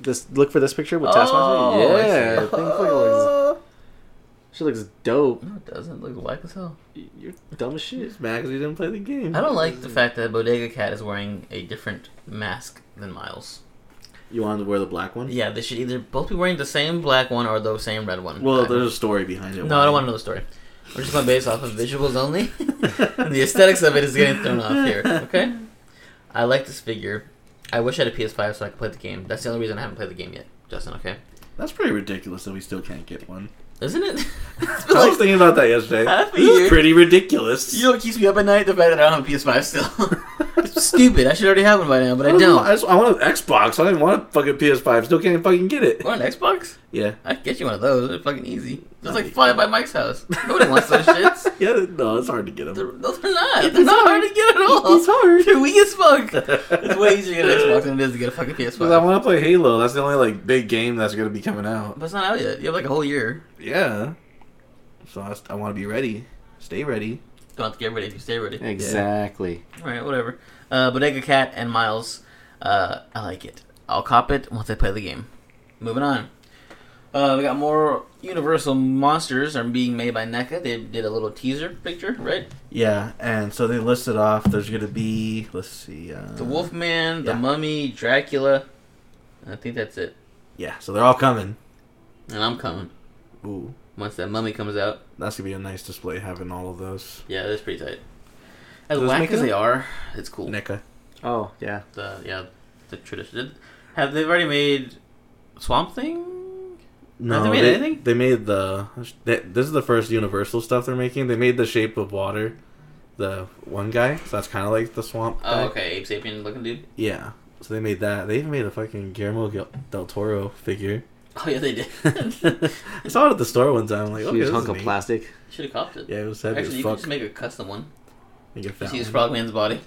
This look for this picture with Oh, I Taskmaster. see. Yeah, thing fucking looks. She looks dope. No, it doesn't. It looks whack as hell. You're dumb as shit. He's mad because he didn't play the game. I don't like the fact that Bodega Cat is wearing a different mask than Miles. You wanted to wear the black one. Yeah, they should either both be wearing the same black one or the same red one. Well, I- there's a story behind it. no, I don't want to know the story. We're just going to base off of visuals only. the aesthetics of it is getting thrown off here. Okay. I like this figure. I wish I had a PS5 so I could play the game. That's the only reason I haven't played the game yet, Justin. Okay. That's pretty ridiculous that we still can't get one. Isn't it? It's I been was like, thinking about that yesterday. half a This is year. pretty ridiculous. you know what keeps me up at night? The fact that I don't have a PS5 still. It's stupid. I should already have one by now, but I don't. don't. want- I, just, I want an Xbox. I didn't want a fucking PS5. Still can't fucking get it. Want an Xbox? Yeah. I could get you one of those. They're fucking easy. That's like flying by Mike's house. Nobody wants those shits. Yeah, no, it's hard to get They're, them. those are not. They're not hard to get at all. It's hard. They're weak as fuck. It's way easier to get an Xbox than it is to get a fucking Because I PS5. want to play Halo. That's the only like big game that's gonna be coming out. But it's not out yet. You have like a whole year. Yeah. So I, I want to be ready. Stay ready. Don't have to get ready if you stay ready. Exactly. Alright, whatever. Uh, Bodega Cat and Miles. Uh, I like it. I'll cop it once I play the game. Moving on. Uh, we got more Universal monsters are being made by NECA. They did a little teaser picture, right? Yeah, and so they listed off. There's gonna be let's see. Uh, The Wolfman, the yeah. Mummy, Dracula. I think that's it. Yeah, so they're all coming. And I'm coming. Ooh, Once that mummy comes out, that's gonna be a nice display having all of those. yeah, that's pretty tight. As Does whack Mika- as they are, it's cool. NECA. Oh yeah. The yeah, the tradition. Have they already made Swamp Thing? No, they made they, anything? they made the. They, this is the first Universal stuff they're making. They made the Shape of Water, the one guy. So that's kind of like the swamp. guy. Oh, okay, Ape Sapien looking dude. Yeah. So they made that. They even made a fucking Guillermo Gil- del Toro figure. Oh yeah, they did. I saw it at the store one time. I'm like, okay, Huge this hunk is of neat. plastic. Should have copped it. Yeah, it was heavy Actually, you as could fuck. just make a custom one. Make a fat Just use one. Frogman's body.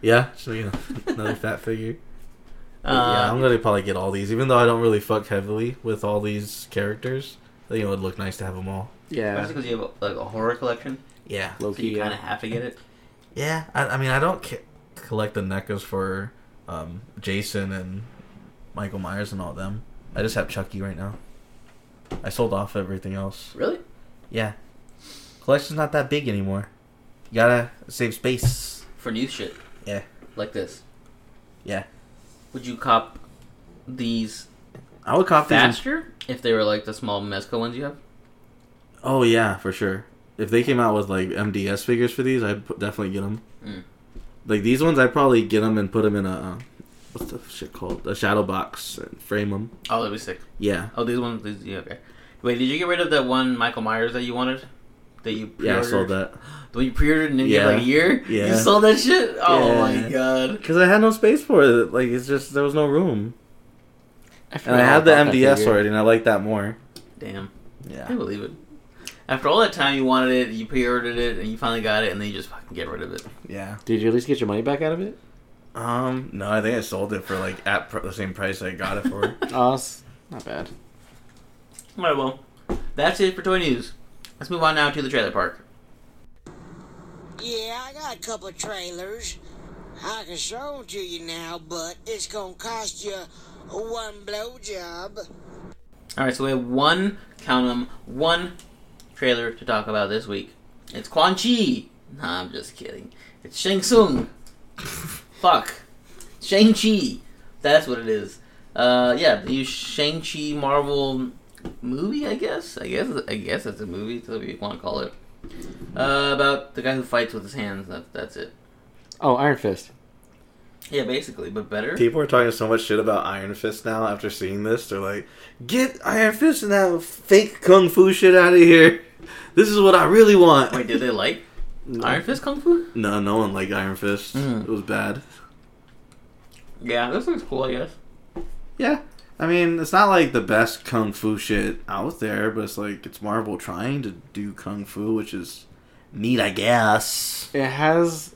Yeah, just make another fat figure. But yeah, I'm Uh, gonna probably get all these, even though I don't really fuck heavily with all these characters. I think it would look nice to have them all. Yeah. Especially because you have like a horror collection. Yeah. Low So you key, kind yeah. of have to get it. Yeah, I, I mean, I don't ca- collect the NECAs for um, Jason and Michael Myers and all them. I just have Chucky right now. I sold off everything else. Really? Yeah, collection's not that big anymore. You gotta save space. For new shit. Yeah. Like this. Yeah, Would you cop these I would cop these in- faster if they were like the small Mezco ones you have? Oh yeah, for sure. If they came out with like MDS figures for these, I'd put, definitely get them. Mm. Like these ones, I'd probably get them and put them in a uh, what's the shit called a shadow box and frame them. Oh, that'd be sick. Yeah, Oh, these ones. These, yeah, okay. Wait, did you get rid of the one Michael Myers that you wanted? That you yeah, pre-ordered? I sold that The one you pre-ordered and then you gave, like a Yeah. year. Yeah. You sold that shit. Oh my Yeah. god. because I had no space for it. Like it's just there was no room, and I forgot had the about that MDS figure. already, and I like that more. Damn. I Yeah, believe it. After all that time, you wanted it, you pre-ordered it, and you finally got it, and then you just fucking get rid of it. yeah. Did you at least get your money back out of it? Um, no, I think I sold it for like at pr- the same price I got it for. Oh, it's not bad. All right, well, that's it for toy news. Let's move on now to the trailer park. Yeah, I got a couple of trailers. I can show 'em to you now, but it's gonna cost you one blowjob. All right, so we have one count 'em, one trailer to talk about this week. It's Quan Chi. Nah, I'm just kidding. It's Shang Tsung. Fuck, Shang Chi. That's what it is. Uh, yeah, the new Shang Chi Marvel movie. I guess. I guess. I guess it's a movie. That's what you want to call it. Uh, about the guy who fights with his hands. That, that's it. Oh, Iron Fist. Yeah, basically, but better. People are talking so much shit about Iron Fist now after seeing this. They're like, get Iron Fist and that fake kung fu shit out of here. This is what I really want. Wait, did they like Iron Fist Kung Fu? No, no one liked Iron Fist. Mm. It was bad. Yeah, this looks cool. I guess. Yeah. I mean, it's not like the best kung fu shit out there, but it's like it's Marvel trying to do kung fu, which is neat, I guess. It has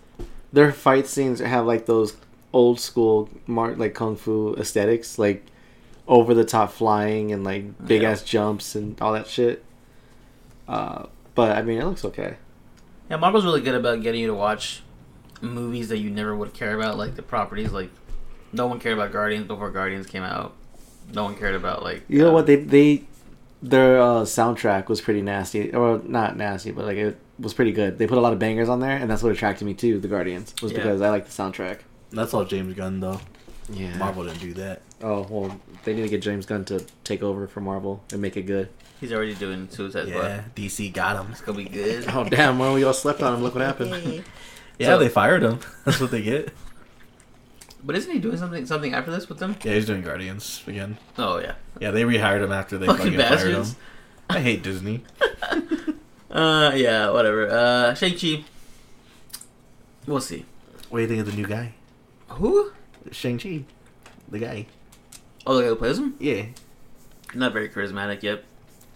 their fight scenes have like those old school mar- like kung fu aesthetics, like over the top flying and like big ass jumps and all that shit. Uh, but I mean, it looks okay. Yeah, Marvel's really good about getting you to watch movies that you never would care about, like the properties. Like, no one cared about Guardians before Guardians came out. No one cared about like. You know uh, what they they their uh, soundtrack was pretty nasty, or not nasty, but like it was pretty good. They put a lot of bangers on there, and that's what attracted me to the Guardians was Yeah. because I like the soundtrack. That's all James Gunn, though. Yeah. Marvel didn't do that. Oh well, they need to get James Gunn to take over for Marvel and make it good. He's already doing Suicide Yeah, Squad. DC got him. It's gonna be good. Oh damn! When we all slept on him, look what happened. Yeah, they fired him. That's what they get. But isn't he doing something something after this with them? Yeah, he's doing Guardians again. Oh yeah. Yeah, they rehired him after they Fucking fucking, fired him. bastards. I hate Disney. Uh yeah, whatever. Uh, Shang Chi. We'll see. What do you think of the new guy? Who? Shang Chi. The guy. Oh, the guy who plays him. Yeah. Not very charismatic yet.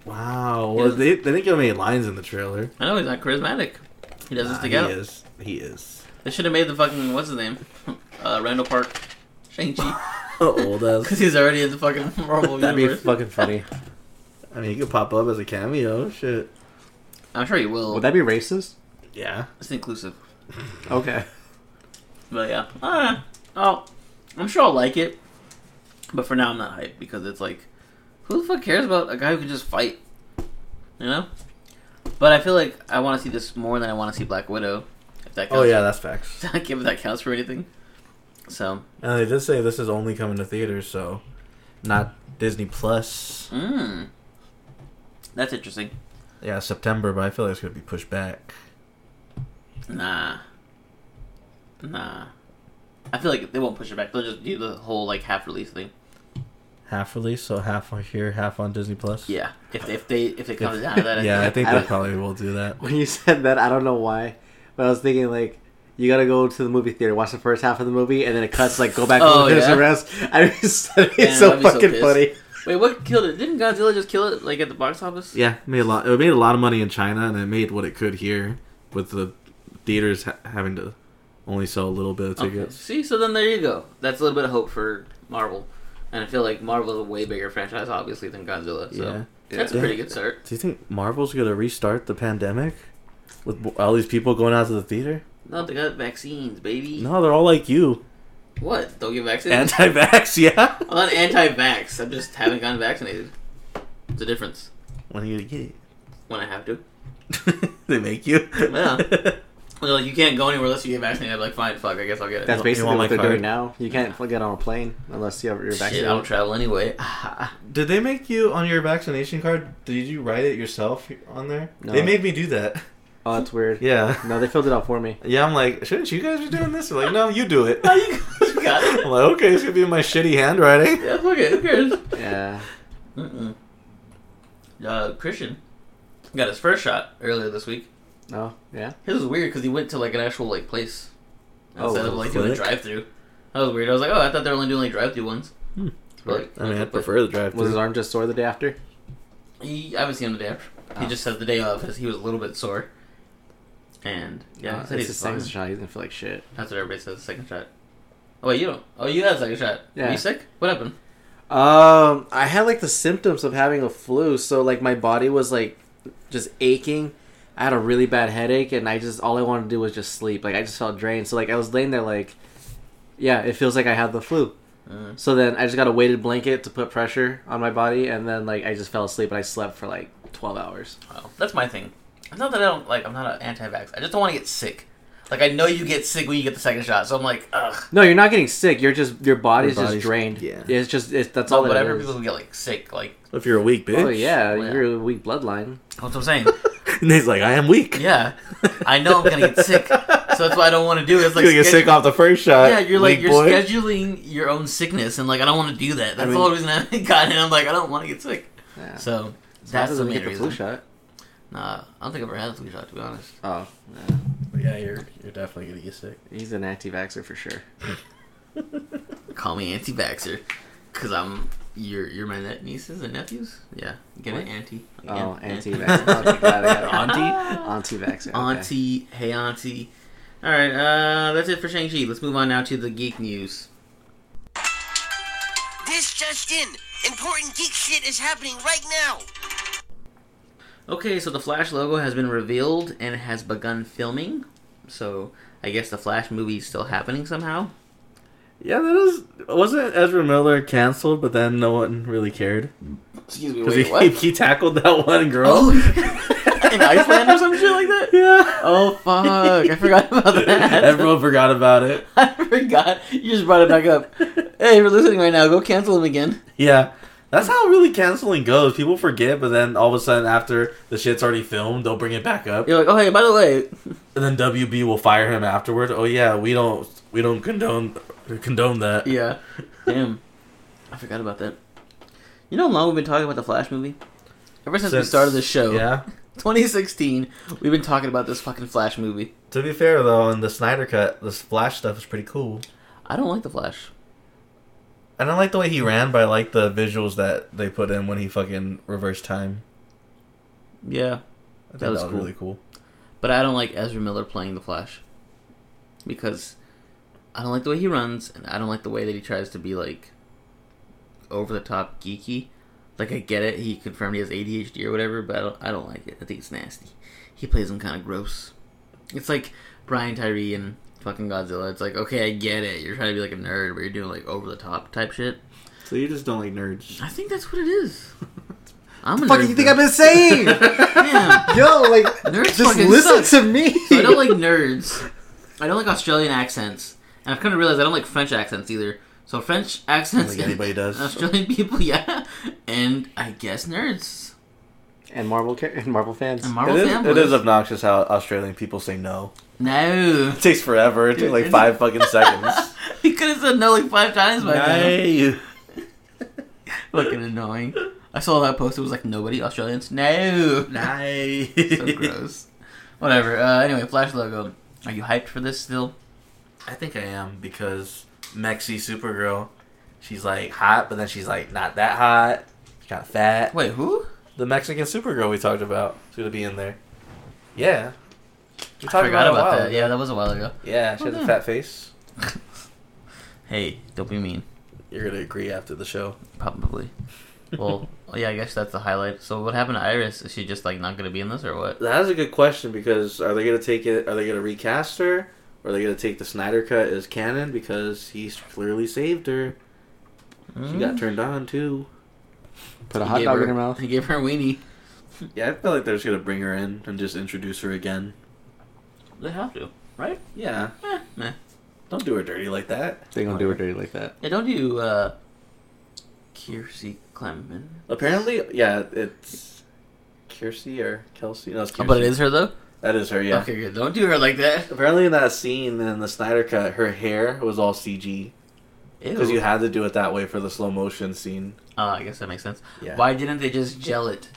Wow. well, they, they didn't give him any lines in the trailer. I know he's not charismatic. He doesn't stick he out. is. He is. They should have made the fucking what's his name, uh, Randall Park, Shang Chi, Old because as. he's already in the fucking Marvel That'd be universe. fucking funny. I mean, he could pop up as a cameo. Shit. I'm sure he will. Would that be racist? Yeah. It's inclusive. Okay. But yeah. Uh, oh, I'm sure I'll like it. But for now, I'm not hyped because it's like, who the fuck cares about a guy who can just fight? You know? But I feel like I want to see this more than I want to see Black Widow. If that Oh counts. yeah, that's facts. if that counts for anything. So, And they did say this is only coming to theaters, so not Disney Plus. mm, that's interesting. Yeah, September, but I feel like it's gonna be pushed back. Nah. Nah. I feel like they won't push it back. They'll just do the whole like half release thing. Half release, so half on here, half on Disney Plus. Yeah. If they if they if it comes down to that, yeah, I think I they don't- probably will do that. When you said that, I don't know why, but I was thinking like. You gotta go to the movie theater, watch the first half of the movie, and then it cuts like go back Oh, over there's yeah. the rest. I mean, it's Damn, so I'd be so fucking pissed. funny. Wait, what killed it? Didn't Godzilla just kill it like at the box office? Yeah, made a lot. It made a lot of money in China, and it made what it could here, with the theaters ha- having to only sell a little bit of Okay, tickets. See, so then there you go. That's a little bit of hope for Marvel, and I feel like Marvel is a way bigger franchise, obviously, than Godzilla. So Yeah. that's a Yeah. pretty good start. Do you think Marvel's gonna restart the pandemic? With b- all these people going out to the theater? No, they got vaccines, baby. No, they're all like you. What? Don't get vaccinated? Anti-vax, yeah? I'm not anti-vax. I just haven't gotten vaccinated. It's a difference When are you going when I have to. to get it? they make you? Yeah. When they're like, you can't go anywhere unless you get vaccinated. I'm like, fine, fuck, I guess I'll get it. That's You basically want my what they're card? doing now. You can't get on a plane unless you have your Shit, I don't vaccine. travel anyway. Did they make you on your vaccination card? Did you write it yourself on there? No. They made me do that. Oh, that's weird. Yeah. No, they filled it out for me. Yeah, I'm like, shouldn't you guys be doing this? They're like, no, you do it. No, you, you got I'm it. like, okay, it's gonna be in my shitty handwriting. Yeah, fuck it. Who cares? Yeah. Mm-mm. Uh, Christian got his first shot earlier this week. No. Yeah. His was weird because he went to like an actual like place Oh, instead of a like doing a clinic? drive-through. That was weird. I was like, oh, I thought they were only doing like drive-through ones. Hmm. But, like, I mean, I prefer the drive Was his arm just sore the day after? He, I haven't seen him the day after. He Oh. just said the day of because he was a little bit sore. And yeah, Uh, he said it's he's the second fine. shot. He didn't feel like shit. That's what everybody says. Second shot. Oh wait, you don't. Oh, you had a second shot. Yeah. Yeah. you sick? What happened? Um, I had like the symptoms of having a flu, so like my body was like just aching. I had a really bad headache, and I just all I wanted to do was just sleep. Like I just felt drained. So like I was laying there like, yeah, it feels like I had the flu. Mm. So then I just got a weighted blanket to put pressure on my body, and then like I just fell asleep and I slept for like twelve hours. Wow, that's my thing. It's not that I don't like. I'm not an anti-vax. I just don't want to get sick. Like I know you get sick when you get the second shot, so I'm like, ugh. No, you're not getting sick. You're just your body's, Your body's- just drained. yeah. it's just it's, that's So all. whatever Whatever. people who get like sick, like If you're a weak bitch. Oh yeah, Yeah. you're a weak bloodline. that's what I'm saying. And he's like, I am weak. yeah, I know I'm gonna get sick, so that's why I don't want to do it. It's You're like gonna get schedule- sick off the first shot. Yeah, you're like weak you're boy. scheduling your own sickness, and like I don't want to do that. That's I the mean- whole reason I got in. I'm like I don't want to get sick, Yeah. so So how that's does the it main get the flu reason. shot. Nah, I don't think I've ever had a flu shot to be honest. Oh, yeah. Yeah, you're you're definitely gonna get sick. he's an anti-vaxxer for sure. Call me anti-vaxer, cause I'm you're you're my ne- nieces and nephews. Yeah, get an auntie. Oh, Again, anti vax. oh, my God, I got it. Auntie? Auntie vax. Okay. Auntie, hey auntie. All right, uh, that's it for Shang Chi. Let's move on now to the geek news. This just in. Important geek shit is happening right now. Okay, so the Flash logo has been revealed and has begun filming. So I guess the Flash movie is still happening somehow. Yeah, that is. Wasn't Ezra Miller canceled? But then no one really cared Excuse me, because he, he tackled that one girl Oh, in Iceland or some shit like that? Yeah. Oh fuck! I forgot about that. Everyone forgot about it. I forgot. You just brought it back up. Hey, if you're listening right now, go cancel him again. Yeah. That's how really canceling goes. People forget, but then all of a sudden, after the shit's already filmed, they'll bring it back up, You're like, oh hey, by the way, and then WB will fire him afterward. Oh yeah, we don't we don't condone condone that. yeah, damn, I forgot about that. You know how long we've been talking about the Flash movie? Ever since, we started this show, Yeah. 2016, we've been talking about this fucking Flash movie. To be fair though, in the Snyder cut, this Flash stuff is pretty cool. I don't like the Flash. I don't like the way he ran, but I like the visuals that they put in when he fucking reversed time. Yeah, I think That that was was, cool. really cool. But I don't like Ezra Miller playing the Flash because I don't like the way he runs, and I don't like the way that he tries to be like over the top geeky. Like I get it, he confirmed he has ADHD or whatever, but I don't, I don't like it. I think it's nasty. He plays him kind of gross. It's like Brian Tyree and fucking Godzilla. It's like okay, I get it. You're trying to be like a nerd, but you're doing like over the top type shit. So you just don't like nerds. I think that's what it is. I'm a Fuck, nerd, you think though. I've been saying? Damn. Yo, like, Nerds just fucking listen suck. to me. So I don't like nerds. I don't like Australian accents, and I've kind of realized I don't like French accents either. So French accents, think anybody does. Australian people, yeah, and I guess nerds and Marvel car- and Marvel fans. and It Marvel is, fanboys. it is obnoxious how Australian people say no. no, It takes forever. It took like five fucking seconds. he could have said no like five times by now. Nay. Fucking annoying. I saw that post. It was like nobody Australians. No, Nay. so gross. Whatever. Uh, anyway, Flash logo. Are you hyped for this still? I think I am because Mexi Supergirl, she's like hot, but then she's like not that hot. She's kind of fat. Wait, who? The Mexican Supergirl we talked about is gonna be in there. Yeah. We I forgot talked it a about while that. ago. Yeah, Hmm. that was a while ago. Yeah, she Well has done. a fat face. Hey, don't be mean. You're gonna agree after the show. Probably. Well, Well, yeah, I guess that's the highlight. So what happened to Iris? Is she just like not gonna be in this or what? That is a good question because are they going to take it? Are they going to recast her? Or are they going to take the Snyder cut as canon because he clearly saved her? Hmm? She got turned on too. Put a He hot gave dog her- in her mouth. He gave her a weenie. Yeah, I feel like they're just going to bring her in and just introduce her again. They have to, right? Yeah, Eh, meh. don't do her dirty like that. They don't do her dirty like that. Yeah, don't you, uh, Kiersey Clemens? Apparently, yeah, it's Kiersey or Kelsey. No, it's Oh, but it Kiersey. is her though. That is her. Yeah. Okay, good. Don't do her like that. Apparently, in that scene in the Snyder cut, her hair was all CG because Ew. you had to do it that way for the slow motion scene. Oh, I guess that makes sense. Yeah. Why didn't they just gel it?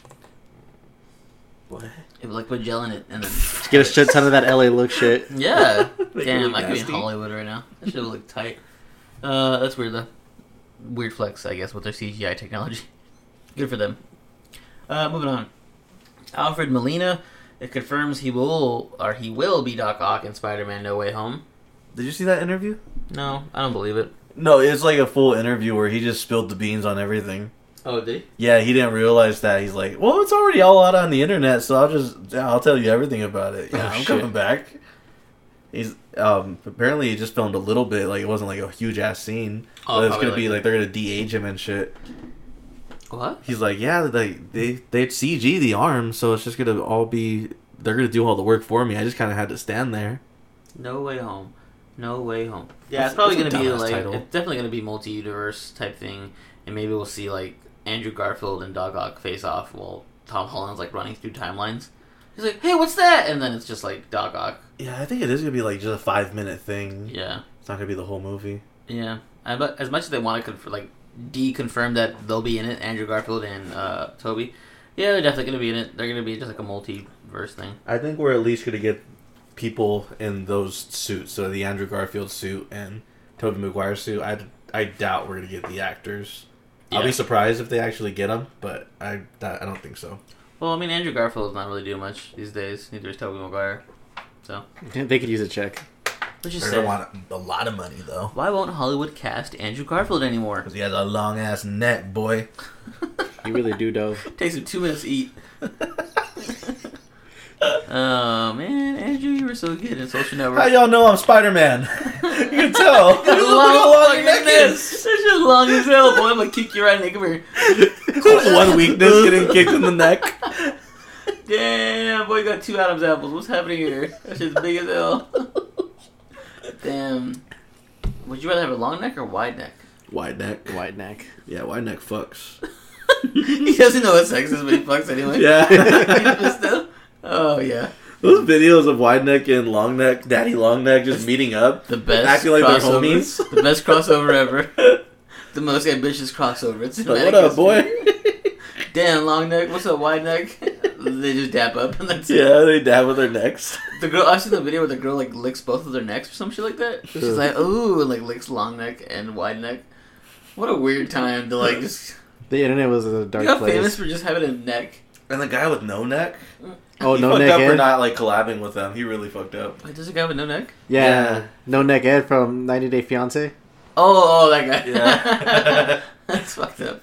What? It like put gel in it and then Get a shit ton of that LA look shit. Yeah. They Damn, look I could be in nasty. Hollywood right now. That should look tight. Uh, that's weird though. Weird flex, I guess, with their CGI technology. Good for them. Uh, moving on. Alfred Molina. It confirms he will or he will be Doc Ock in Spider-Man: No Way Home. Did you see that interview? No, I don't believe it. No, it's like a full interview where he just spilled the beans on everything. Oh, did he? Yeah, he didn't realize that. He's like, well, it's already all out on the internet, so I'll just yeah, I'll tell you everything about it. Yeah, Oh, I'm shit. coming back. He's um apparently he just filmed a little bit. Like it wasn't like a huge ass scene. Oh, But it's probably gonna be like- like they're gonna de-age him and shit. What? He's like, yeah, like they they CG the arm, so it's just gonna all be they're gonna do all the work for me. I just kind of had to stand there. No Way Home. No Way Home. Yeah, That's- it's probably going that's a to be dumbass like title. it's definitely going to be multi-universe type thing, and maybe we'll see like Andrew Garfield and Doc Ock face off while Tom Holland's like running through timelines. He's like, "Hey, what's that?" And then it's just like Doc Ock. Yeah, I think it is gonna be like just a five minute thing. Yeah, It's not gonna be the whole movie. yeah. I, but as much as they want to conf- like de-confirm that they'll be in it, Andrew Garfield and uh, Toby. Yeah, they're definitely going to be in it. They're going to be just like a multiverse thing. I think we're at least gonna get people in those suits. So the Andrew Garfield suit and Tobey Maguire suit. I I doubt we're gonna get the actors. I'll Yeah. be surprised if they actually get them, but I that, I don't think so. Well, I mean, Andrew Garfield's not really doing much these days. Neither is Toby Maguire. They could use a check. Which is They're sad. gonna want a lot of money though, Why won't Hollywood cast Andrew Garfield anymore? because he has a long ass neck, boy. You really do, though. Takes him two minutes to eat. oh man, Andrew, you were so good in Social How Network. y'all know I'm Spider Man? you can tell. Look how long long fucking your neck neck. is. That's just long as hell, boy. I'm gonna kick you right in the come here. One weakness getting kicked in the neck. Damn, boy, you got two Adam's apples. What's happening here? That shit's big as hell. Damn. Would you rather have a long neck or wide neck? Wide neck. Wide neck. Yeah, wide neck fucks. he doesn't know what sex is, but he fucks anyway. Yeah. But still. Oh yeah. Those videos of wide neck and long neck, daddy long neck, just meeting up, The best acting like they're crossover. homies. The best crossover ever. The most ambitious crossover. It's Like, cinematic what up, history. boy? Damn, long neck. What's up, wide neck? they just dap up and that's it. yeah, they dab with their necks. The girl. I've seen the video where the girl like licks both of their necks or some shit like that. She's like, ooh, and like licks long neck and wide neck. What a weird time to like just. The internet was a You dark got place. famous for just having a neck. And the guy with no neck, Oh, he no fucked neck up for Ed. not like collabing with them. He really fucked up. Wait, does a guy with no neck? yeah. Yeah. no neck Ed from 90 Day Fiance. Oh, oh, that guy. Yeah. That's fucked up.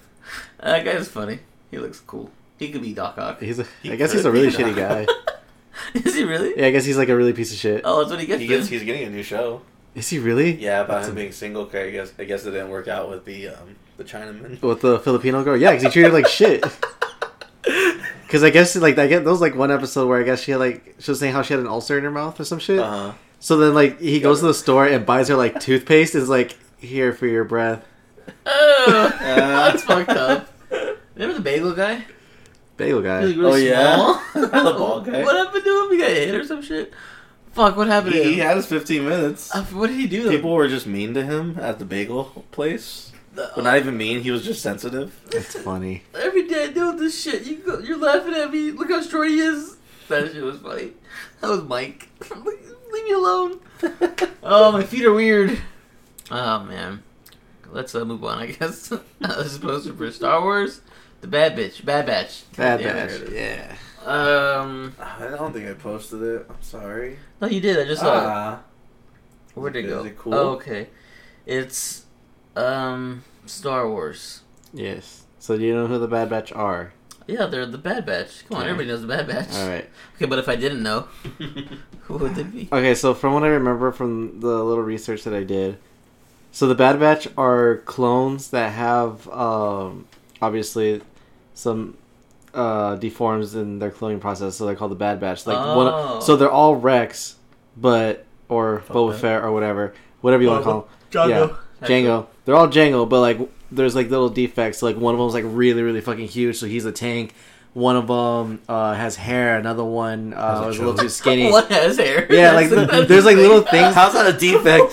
That guy's funny. He looks cool. He could be Doc Ock. He's a, I He guess he's could a really be. shitty guy. Is he really? Yeah, I guess he's like a really piece of shit. Oh, that's what he gets. He then. gets, he's getting a new show. Is he really? Yeah, about him being single. Okay, I guess I guess it didn't work out with the um the Chinaman. With the Filipino girl? Yeah, because he treated her like shit. Because I guess like I get those like one episode where I guess she had like she was saying how she had an ulcer in her mouth or some shit. Uh-huh. So then like he goes to the store and buys her like toothpaste. Is like here for your breath. Oh, Uh. that's fucked up. Remember the bagel guy? Bagel He was guy. really Oh, small. yeah? The bald guy? What happened to him? He got hit or some shit. Fuck, what happened to He, him? he had his 15 minutes. Uh, what did he do? People were just mean to him at the bagel place. But not even mean. He was just sensitive. That's funny. Every day I deal with this shit. You go, you're laughing at me. Look how short he is. That shit was funny. That was Mike. Leave me alone. oh, my feet are weird. Oh man. Let's uh, move on. I guess this is posted for Star Wars. The Bad Bitch. Bad Batch. Bad Goddamn, batch. there it Yeah. is. Um. I don't think I posted it. I'm sorry. No, you did. I just saw it. Oh, Ah. Where'd it Is go? it cool? Oh, okay. It's um Star Wars. Yes. So do you know who the Bad Batch are? Yeah, they're the Bad Batch. Come on, Okay. everybody knows the Bad Batch. All right. Okay, but if I didn't know, who would they be? Okay, so from what I remember from the little research that I did, so the Bad Batch are clones that have um, obviously some uh, deforms in their cloning process, so they're called the Bad Batch. Like Oh. one, so they're all Rex, but or Fuck Boba that. Fett or whatever, whatever you want to call them. Django. Yeah, Django. They're all Django, but like there's like little defects. Like one of them's like really, really fucking huge, so he's a tank. One of them uh, has hair. Another one uh, a was a little choke. too skinny. What has hair? Yeah, That's like the- the, that's there's the like thing. little things. How- How's that a defect?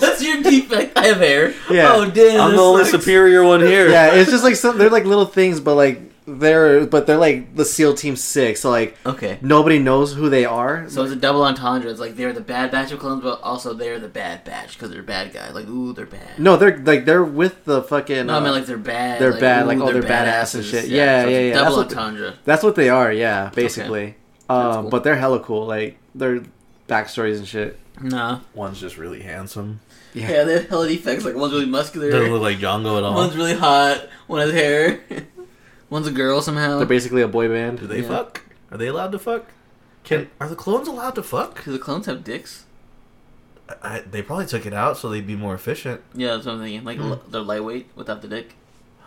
That's your defect. I have hair. Yeah. Oh damn. I'm this the only sucks. superior one here. Yeah, it's just like some. They're like little things, but like they're but they're like the SEAL Team Six. So like Okay. nobody knows who they are. So it's a double entendre. It's like they're the bad batch of clones, but also they're the bad batch because they're bad guys. Like ooh, they're bad. no, they're like they're with the fucking. No, I uh, mean like they're bad. they're bad, like, ooh, oh, they're badass and shit. Yeah, so it's yeah, a yeah. Double That's what- entendre. that's what they are. Yeah, basically. That's Um, cool. but they're hella cool. Like their backstories and shit. No. One's just really handsome. Yeah. Yeah, they have hella defects. Like one's really muscular, Doesn't look like Django at all. one's really hot, one has hair, one's a girl somehow. They're basically a boy Do band. they Yeah. fuck? Are they allowed to fuck? Can are the clones allowed to fuck? Do the clones have dicks? I, I- they probably took it out so they'd be more efficient. Yeah, that's what I'm thinking. Like Hmm. l- they're lightweight without the dick.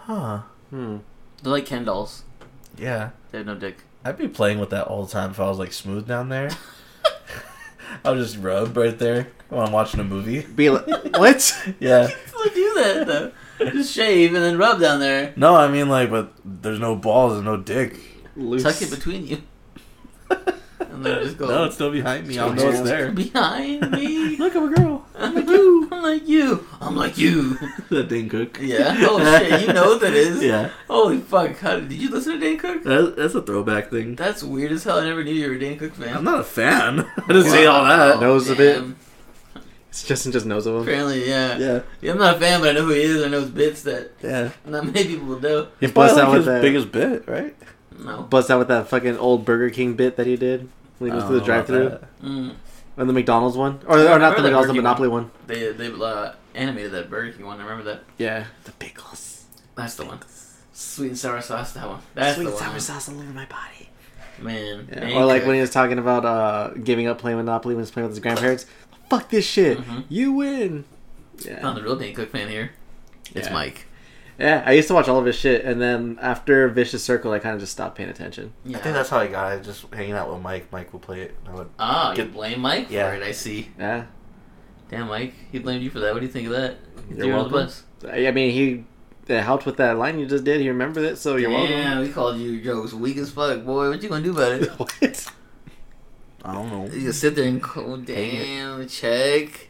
Huh. Hmm. They're like Ken dolls. Yeah. They have no dick. I'd be playing with that all the time if I was like smooth down there. I'll just rub right there when I'm watching a movie. Be like, what? Yeah. Still do that though. Just shave and then rub down there. No, I mean like, but there's no balls and no dick. Loose. Tuck it between you. And then just go No, it's still behind me. I'll It's know it's just- there. behind me. Look, I'm a girl. I'm like you. I'm like you. I'm like you. that didn't cook. Yeah. Oh shit. You know what that is. Yeah. Holy fuck. How did, did you listen to Dan Cook? That, that's a throwback thing. That's weird as hell. I never knew you were a Dan Cook fan. I'm not a fan. I didn't say all Wow, that. Knows a bit. damn. It's Justin just knows of them. Apparently, yeah. Yeah. Yeah, I'm not a fan, but I know who he is. I know his bits that Yeah. not many people will know. He busts out with his that. biggest bit, right? No. bust out with that fucking old Burger King bit that he did when he I goes Oh, through don't the know about drive-through that. Mm. and the McDonald's one, or, Yeah, I or not remember that the McDonald's, Burger the King Monopoly one. They they uh, animated that Burger King one. I remember that. Yeah, the pickles, That's the one. Sweet and sour sauce. That one. That's the one. sauce all over my body. Man. Dan Or like Cook. when he was talking about uh, giving up playing Monopoly when he was playing with his grandparents. Fuck this shit, Mhm. you win. Yeah. I'm the real Dan Cook fan here. It's Yeah. Mike. yeah, I used to watch all of his shit, and then after Vicious Circle, I kind of just stopped paying attention. Yeah. I think that's how I got it. Just hanging out with Mike. Mike would play it. and I would. Ah, you Get- blame Mike Yeah. for it. I see. Yeah, Damn, Mike, he blamed you for that. What do you think of that? You're Threw you under the welcome. bus. I I mean he it helped with that line you just did. He remembered it, so you're Damn, we called you jokes weak as fuck, boy. What you gonna do about it? welcome. what? I don't know. You just sit there and go, damn, check.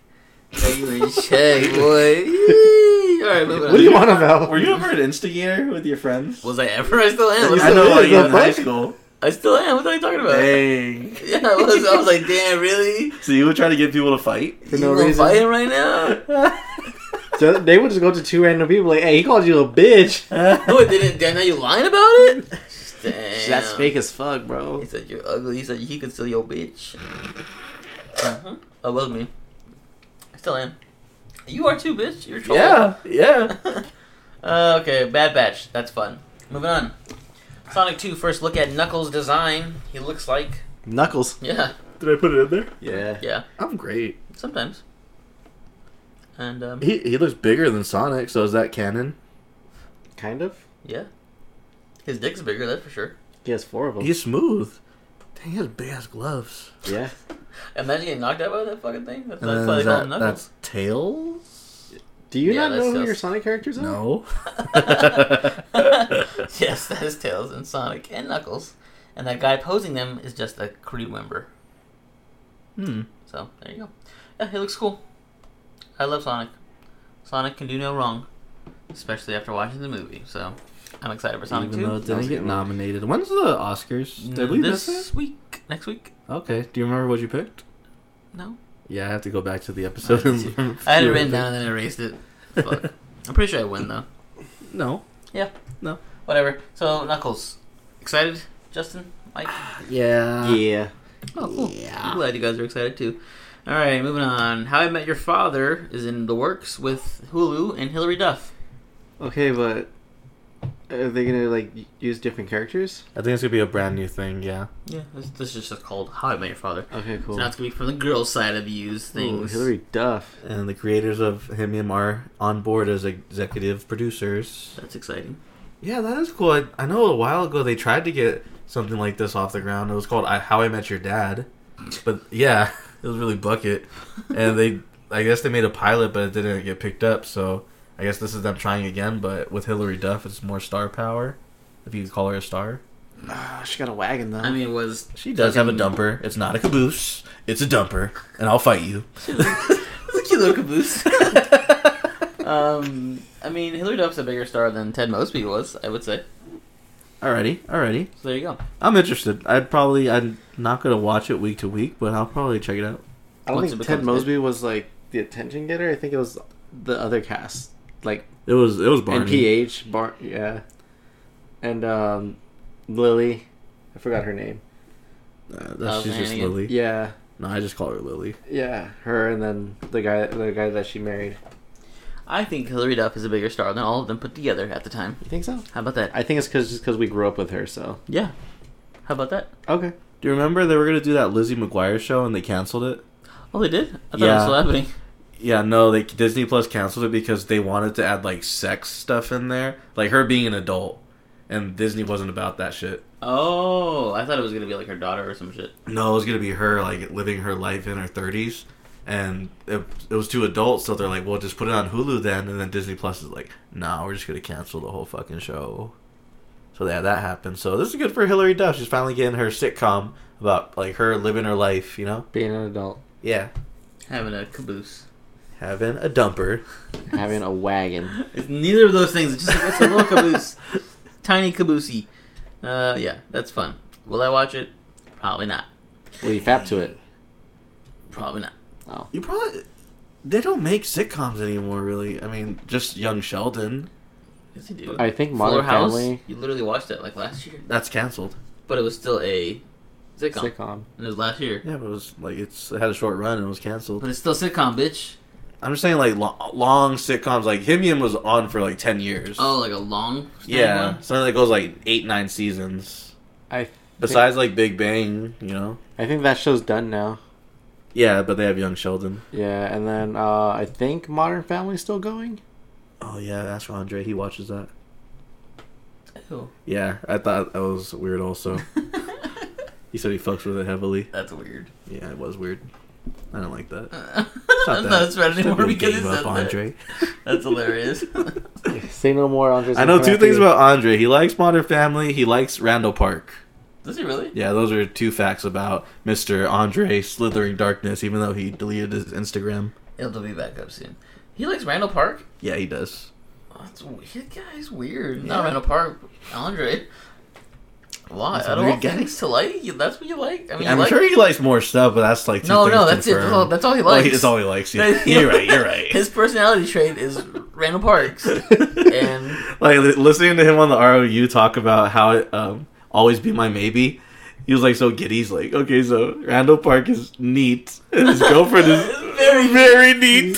Check you in check, boy. All right, moving What do you on. want about? Were you ever an instigator with your friends? Was I ever? I still am. What I the- know What like, the in high fuck? school. I still am. What are you talking about? Dang. Yeah, I was. I was like, damn, really? So you would try to get people to fight? For you no gonna reason. fight him right now? So they would just go to two random people like, "Hey, he called you a bitch." No, it didn't. Damn, now you lying about it? Damn. That's fake as fuck, bro. He said you're ugly. He said he could steal your bitch. Uh-huh. I love me. I still am. You are too, bitch. You're a troll. yeah, yeah. Uh, okay, Bad Batch. That's fun. Moving on. Sonic 2 first look at Knuckles' design. He looks like. Knuckles. Yeah, Did I put it in there? Yeah. yeah, I'm great. sometimes. And, um, He he looks bigger than Sonic, so is that canon? Kind of. yeah. His dick's bigger, that's for sure. He has four of them. He's smooth. Dang, he has big ass gloves. yeah. Imagine getting knocked out by that fucking thing. That's, And that's then why they Uh, is call him that, Knuckles. that's tails. Do you Yeah, not that's know who your just- Sonic characters Mm. are? No. yes, that is Tails and Sonic and Knuckles. And that guy posing them is just a crew member. hmm. So, there you go. Yeah, he looks cool. I love Sonic. Sonic can do no wrong, especially after watching the movie. So, I'm excited for Sonic Even though 2. it That was didn't a get good one. nominated. When's the Oscars? Did we Mm, this miss it? week? Next week? Okay. Do you remember what you picked? No. Yeah, I have to go back to the episode. and I had it written down and then I erased it. Fuck. I'm pretty sure I win, though. No. Whatever. So, Knuckles. Excited, Justin? Mike? Ah, Yeah. Yeah. Oh, cool. I'm glad you guys are excited too. All right, moving on. How I Met Your Father is in the works with Hulu and Hilary Duff. Okay, but Are they gonna like use different characters? I think it's gonna be a brand new thing. Yeah. Yeah, this, this is just called How I Met Your Father. Okay, cool. So now it's gonna be from the girl side of views Ooh, things. Hillary Duff. And the creators of Himium are on board as executive producers. That's exciting. Yeah, that is cool. I, I know a while ago they tried to get something like this off the ground. It was called I, How I Met Your Dad, but yeah, it was really bucket. And they, I guess they made a pilot, but it didn't get picked up. So I guess this is them trying again, but with Hillary Duff, it's more star power, if you could call her a star. Ah, she got a wagon though. I mean, it was She does have a dumper. It's not a caboose. It's a dumper, and I'll fight you. it's a cute little caboose. um, I mean, Hillary Duff's a bigger star than Ted Mosby was, I would say. Alrighty, alrighty. So there you go. I'm interested. I'd probably I'm not gonna watch it week to week, but I'll probably check it out. I don't Once think it Ted becomes Mosby was like the attention getter. I think it was the other cast, like It was it was Barney. and PH Bar, yeah, and um, Lily. I forgot her name. Uh, Oh, that's she's just Hannigan. Lily. Yeah, No, I just call her Lily. yeah, her, and then the guy, the guy that she married. I think Hillary Duff is a bigger star than all of them put together at the time. You think so? How about that? I think it's because because we grew up with her. So yeah. How about that? okay, Do you remember they were gonna do that Lizzie McGuire show and they canceled it? Oh, they did. I thought it Yeah. was still happening. Yeah, no, they Disney Plus canceled it because they wanted to add like sex stuff in there, like her being an adult, and Disney wasn't about that shit. Oh, I thought it was gonna be like her daughter or some shit. No, it was gonna be her like living her life in her thirties, and it, it was too adult, so they're like, well, just put it on Hulu then, and then Disney Plus is like, nah, we're just gonna cancel the whole fucking show. So yeah, that happened. So this is good for Hillary Duff. She's finally getting her sitcom about like her living her life, you know? being an adult, Yeah, Having a caboose. having a dumper. having a wagon. It's neither of those things. It's just like, it's a little caboose, tiny caboosey. Uh, yeah, that's fun. Will I watch it? Probably not. Will you fap to it? Probably not. Oh, You probably they don't make sitcoms anymore, really. I mean, just Young Sheldon. Yes, they do. I think Modern Fuller House. Family- You literally watched that like last year, That's canceled. but it was still a sitcom. sitcom. And it was last year, Yeah, but it was like it's it had a short run and it was canceled. but it's still sitcom, bitch. I'm just saying, like lo- long sitcoms, like Himium was on for like ten years. Oh, like a long. standing yeah, one? something that goes like eight, nine seasons. I Besides like Big Bang, you know. I think that show's done now. Yeah, but they have Young Sheldon. Yeah, and then uh, I think Modern Family's still going. Oh yeah, ask Andre. He watches that. Ew. Yeah, I thought that was weird. Also, he said he fucks with it heavily. That's weird. Yeah, it was weird. I don't like that. I'm not spread anymore because it says that. Andre. That's hilarious. Say no more, Andres. I know two things about Andre. He likes Modern Family. He likes Randall Park. Does he really? Yeah, those are two facts about Mister Andre Slithering Darkness. Even though he deleted his Instagram. It'll be back up soon. He likes Randall Park. Yeah, he does. Oh, That's weird. Guy's weird. Yeah. Not Randall Park. Andre. Why? That's a I don't weird want guy. things to like. You- That's what you like. I mean, I'm you like. sure he likes more stuff, but that's like two no, things no, that's it. That's confirmed. all, that's all he Oh, likes. he- that's all he likes. Yeah. you're right. You're right. His personality trait is Randall Parks. and like li- listening to him on the ROU talk about how um, always be my maybe. He was like so giddy. He's like, okay, so Randall Park is neat. And his girlfriend is very, very neat.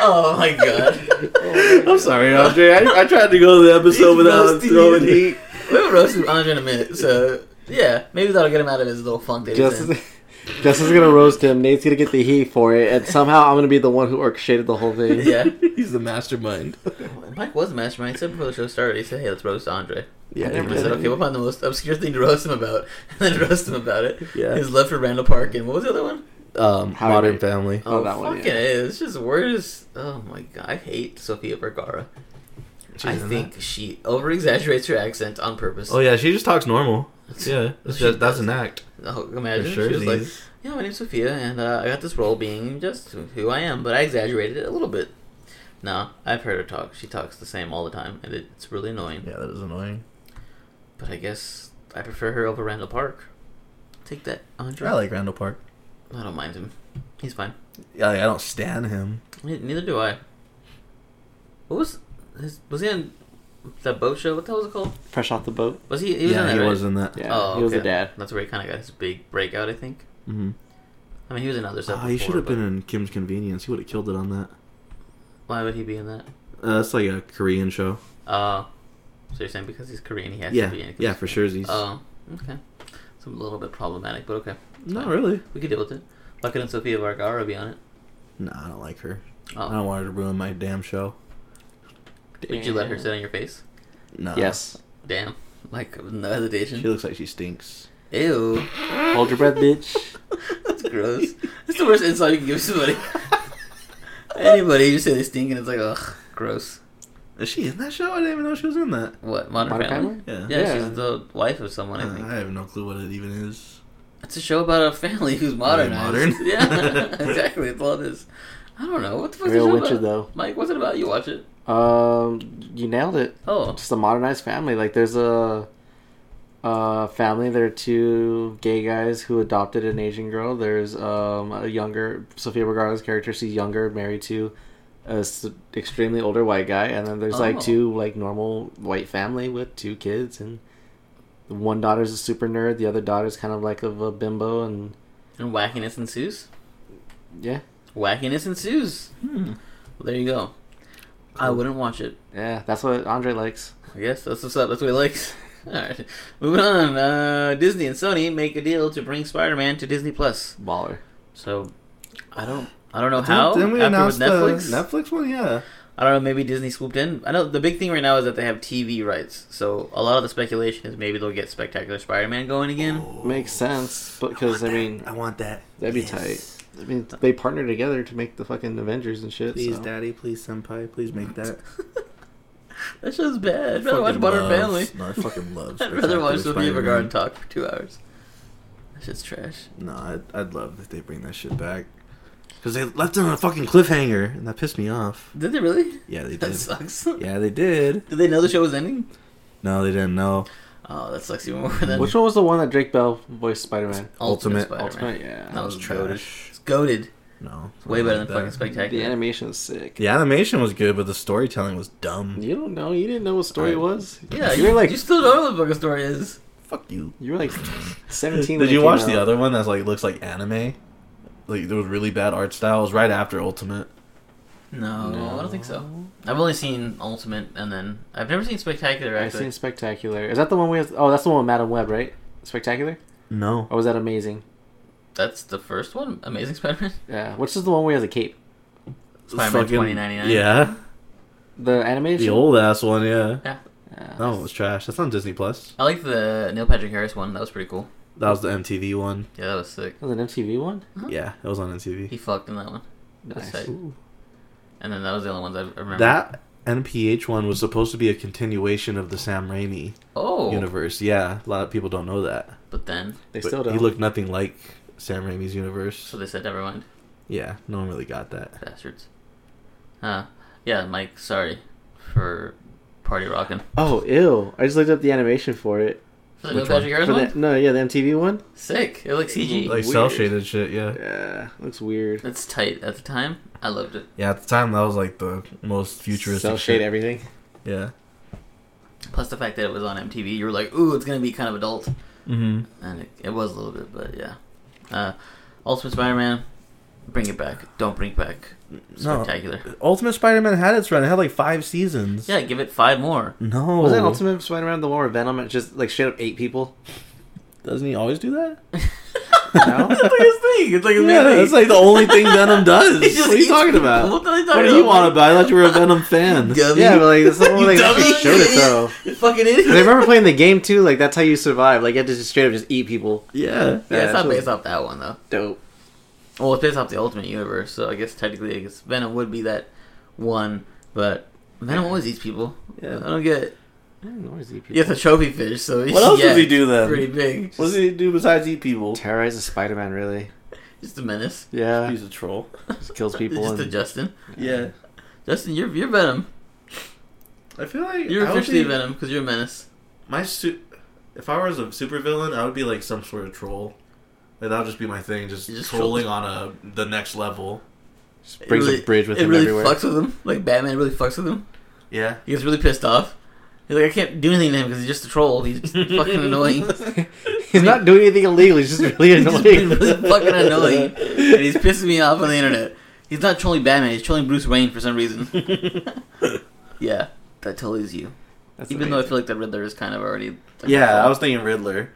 oh my god, I'm sorry, Andre. I, I tried to go to the episode He's without roasting throwing you. heat. we'll roast Andre in a minute. So yeah, maybe that'll get him out of his little funk. That he's in. Justin, Justin's gonna roast him. Nate's gonna get the heat for it, and somehow I'm gonna be the one who orchestrated the whole thing. Yeah, He's the mastermind. Mike was a mastermind. He said before the show started, he said, "Hey, let's roast Andre." Yeah, And I he said, did. "Okay, we'll find the most obscure thing to roast him about, and then roast him about it." Yeah. his love for Randall Park and what was the other one? um, How I Modern Met- Family. Oh, that one, Fucking yeah. A, it's just words. Oh my god, I hate Sofia Vergara. I think she over exaggerates her accent on purpose. Oh yeah, she just talks normal. Yeah, it's just- just, that's that's an act. Oh, imagine For she was like, sure. "Yeah, my name's Sophia, and uh, I got this role being just who I am, but I exaggerated it a little bit." No, I've heard her talk. She talks the same all the time, and it's really annoying. Yeah, that is annoying. But I guess I prefer her over Randall Park. Take that, Andre. I like Randall Park. I don't mind him. He's fine. Yeah, like, I don't stand him. Ne- Neither do I. What was his, was he on that boat show? What the hell was it called? Fresh off the boat. Was he? he was yeah, on that, he right? Oh, was in that. Yeah, he was a dad. That's where he kind of got his big breakout, I think. Mhm. I mean, he was in other stuff. Oh, he before, should have but been in Kim's Convenience. He would have killed it on that. Why would he be in that? Uh, that's like a Korean show. Uh, So you're saying because he's Korean, he has yeah, to be in? yeah, for sure. He's Oh, okay. It's a little bit problematic, but okay. not fine. really. We could deal with it. Why couldn't Sofia Vergara be on it? No, I don't like her. Oh. I don't want her to ruin my damn show. Would you let her sit on your face? No. Yes, Damn. Like, no She hesitation. looks like she stinks. Ew. hold your breath, bitch. That's gross. That's the worst insult you can give somebody. Anybody, you just say they stink and it's like, ugh, gross. Is she in that show? I didn't even know she was in that. What, Modern, Modern Family? Family? Yeah. Yeah, Yeah. she's the wife of someone, I Uh, think. I have no clue what it even is. It's a show about a family who's modernized. modern? yeah, exactly. That's all it is. I don't know. What the fuck's the Real show Witcher about? though. Mike, what's it about? You watch it. Um, you nailed it. Oh. Just a modernized family. Like there's a, a family. There are two gay guys who adopted an Asian girl. There's um a younger Sofia Vergara's character. She's younger, married to a s- extremely older white guy, and then there's Oh. like two like normal white family with two kids, and one daughter's a super nerd, the other daughter's kind of like of a bimbo, and And wackiness ensues. yeah, Wackiness ensues. Hmm. Well, there you go. I wouldn't watch it. yeah, that's what Andre likes. I guess that's what's up. That's what he likes. All right, moving on. Uh, Disney and Sony make a deal to bring Spider-Man to Disney Plus. Baller. So, I don't, I don't know how. Didn't we After announce with Netflix, the Netflix one? Yeah. I don't know. Maybe Disney swooped in. I know the big thing right now is that they have TV rights. So a lot of the speculation is maybe they'll get Spectacular Spider-Man going again. Oh, Makes sense because I mean I want that. That'd be tight. I mean, Uh, they partner together to make the fucking Avengers and shit. Please, so. Daddy. Please, Senpai. Please make that. That show's bad. I'd rather watch Modern Family. No, I fucking love. I'd rather watch Spectacular Sofia Vergara Spider-Man. and talk for two hours. That shit's trash. No, I'd, I'd love if they bring that shit back. Because they left it on a fucking cliffhanger, and that pissed me off. Did they really? Yeah, they That did. sucks. Yeah, they did. Did they know the show was ending? No, they didn't know. Oh, that sucks even more than Which one was the one that Drake Bell voiced Spider Man? Ultimate, Ultimate- Spider-Man. Oh, yeah. That was was goaded. trash. It's goaded. No. It's way better than That- fucking Spectacular. The animation was sick. The animation was good, but the storytelling was dumb. You don't know. You didn't know what story I- it was. Yeah, you were like you still don't know what the fucking story is. Fuck you. you were like seventeen. Did when it you came watch out. the other one that's like looks like anime? Like there was really bad art style. It was right after Ultimate. No, Oh, I don't think so. I've only seen Ultimate, and then I've never seen Spectacular. I've Actually, seen Spectacular. Is that the one with? Oh, that's the one with Madame Web, right? Spectacular. No. Or was that Amazing? that's the first one. Amazing Spider-Man. Yeah. Which is the one where he has a cape? Spider-Man Fucking- 2099. Yeah. The animation. The old ass one, yeah. Yeah, Yeah. That one was trash. That's on Disney Plus. I like the Neil Patrick Harris one. That was pretty cool. That was the MTV one. Yeah, that was sick. That was an MTV one. Yeah, it was on MTV. He fucked in that one. That's Nice. tight. And then that was the only ones I I remember. That NPH one was supposed to be a continuation of the Sam Raimi oh, universe. Yeah, a lot of people don't know that. but then They But still don't. He looked nothing like Sam Raimi's universe. so they said never mind, Yeah, no one really got that. bastards. Uh, yeah, Mike. Sorry for party rocking. oh, ew! I just looked up the animation for it. For the Neil Which Patrick Harris For one, the, no, yeah, the MTV one. sick. It looks CG. Like Weird. cell shaded shit, yeah. Yeah, looks weird. That's tight. At the time, I loved it. Yeah, at the time that was like the most futuristic. Cell shit. shade everything. Yeah. Plus the fact that it was on MTV, you were like, "Ooh, it's gonna be kind of adult," Mm-hmm. and it, it was a little bit, but yeah. Uh, Ultimate Spider-Man, bring it back. Don't bring back Spectacular. Ultimate Spider-Man had its run. It had like five seasons. Yeah, give it five more. No. Was that Ultimate Spider-Man the one where Venom and just like straight up ate people? Doesn't he always do that? No? it's like his thing. It's like his main Yeah, thing. that's like the only thing Venom does. He just what are eats you talking people. about? What are you talking What do about? you want about? I thought you were a Venom fan. Dummy. yeah, but like that's the one where You they actually dummy. showed it though. You fucking And idiot. I remember playing the game too. Like that's how you survive. Like you had to just straight up just eat people. Yeah. yeah, it's not actually- based off that one though. Dope. Well, it's based off the Ultimate Universe, so I guess technically, I guess Venom would be that one, but Venom always eats people. Yeah. I don't get. It. I didn't always eat people. He has a trophy fish, so What else yeah, does he do then? Pretty big. What does he do besides eat people? Terrorize the Spider-Man really. Just a menace. Yeah, He's a troll. just kills people. Just a and- Justin. Yeah. Justin, you're you're Venom. I feel like You're I would officially be- Venom because you're a menace. My su- if I was a supervillain, I would be like some sort of troll. Like that would just be my thing, just, You're just trolling on a the next level. It brings really- a bridge with it him really everywhere. fucks with him. Like Batman really fucks with him. Yeah. He gets really pissed off. He's like, I can't do anything to him because he's just a troll. He's just fucking annoying. He's not doing anything illegal. He's just really He's just being annoying. really fucking annoying, and he's pissing me off on the internet. He's not trolling Batman; he's trolling Bruce Wayne for some reason. yeah, that totally is you. That's Even though I amazing. feel like the Riddler is kind of already. like, Yeah, I was thinking Riddler.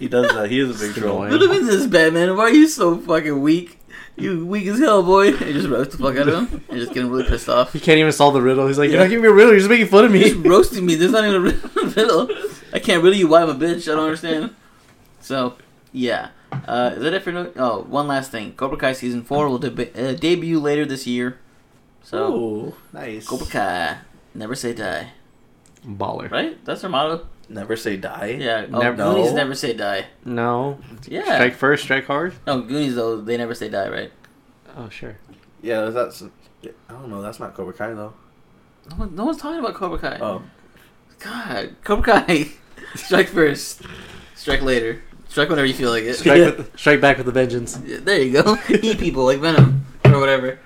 He does that. He is a big It's troll. annoying. Little bit this Batman. Why are you so fucking weak? You weak as hell, boy. And just roast the fuck out of him. You're just getting really pissed off. he can't even solve the riddle. He's like, Yeah. you're not giving me a riddle. You're just making fun of You're just me. roasting me. There's not even a ri- riddle. I can't riddle you. Why I'm a bitch. I don't understand. So, yeah. Uh, is that it for no? Oh, one last thing. Cobra Kai season four will deb- uh, debut later this year. So Ooh, Nice. Cobra Kai, never say die. Baller. Right? That's our motto. never say die. Yeah. Oh, Never- Goonies No. never say die. No. Yeah. Strike first, strike hard. No, Goonies though they never say die, right? Oh sure. Yeah, that's. I don't know. That's not Cobra Kai though. No, one, no one's talking about Cobra Kai. Oh, God, Cobra Kai. Strike first. Strike later. Strike whenever you feel like it. Strike, with, strike back with a vengeance. Yeah, There you go. Eat people like Venom or whatever.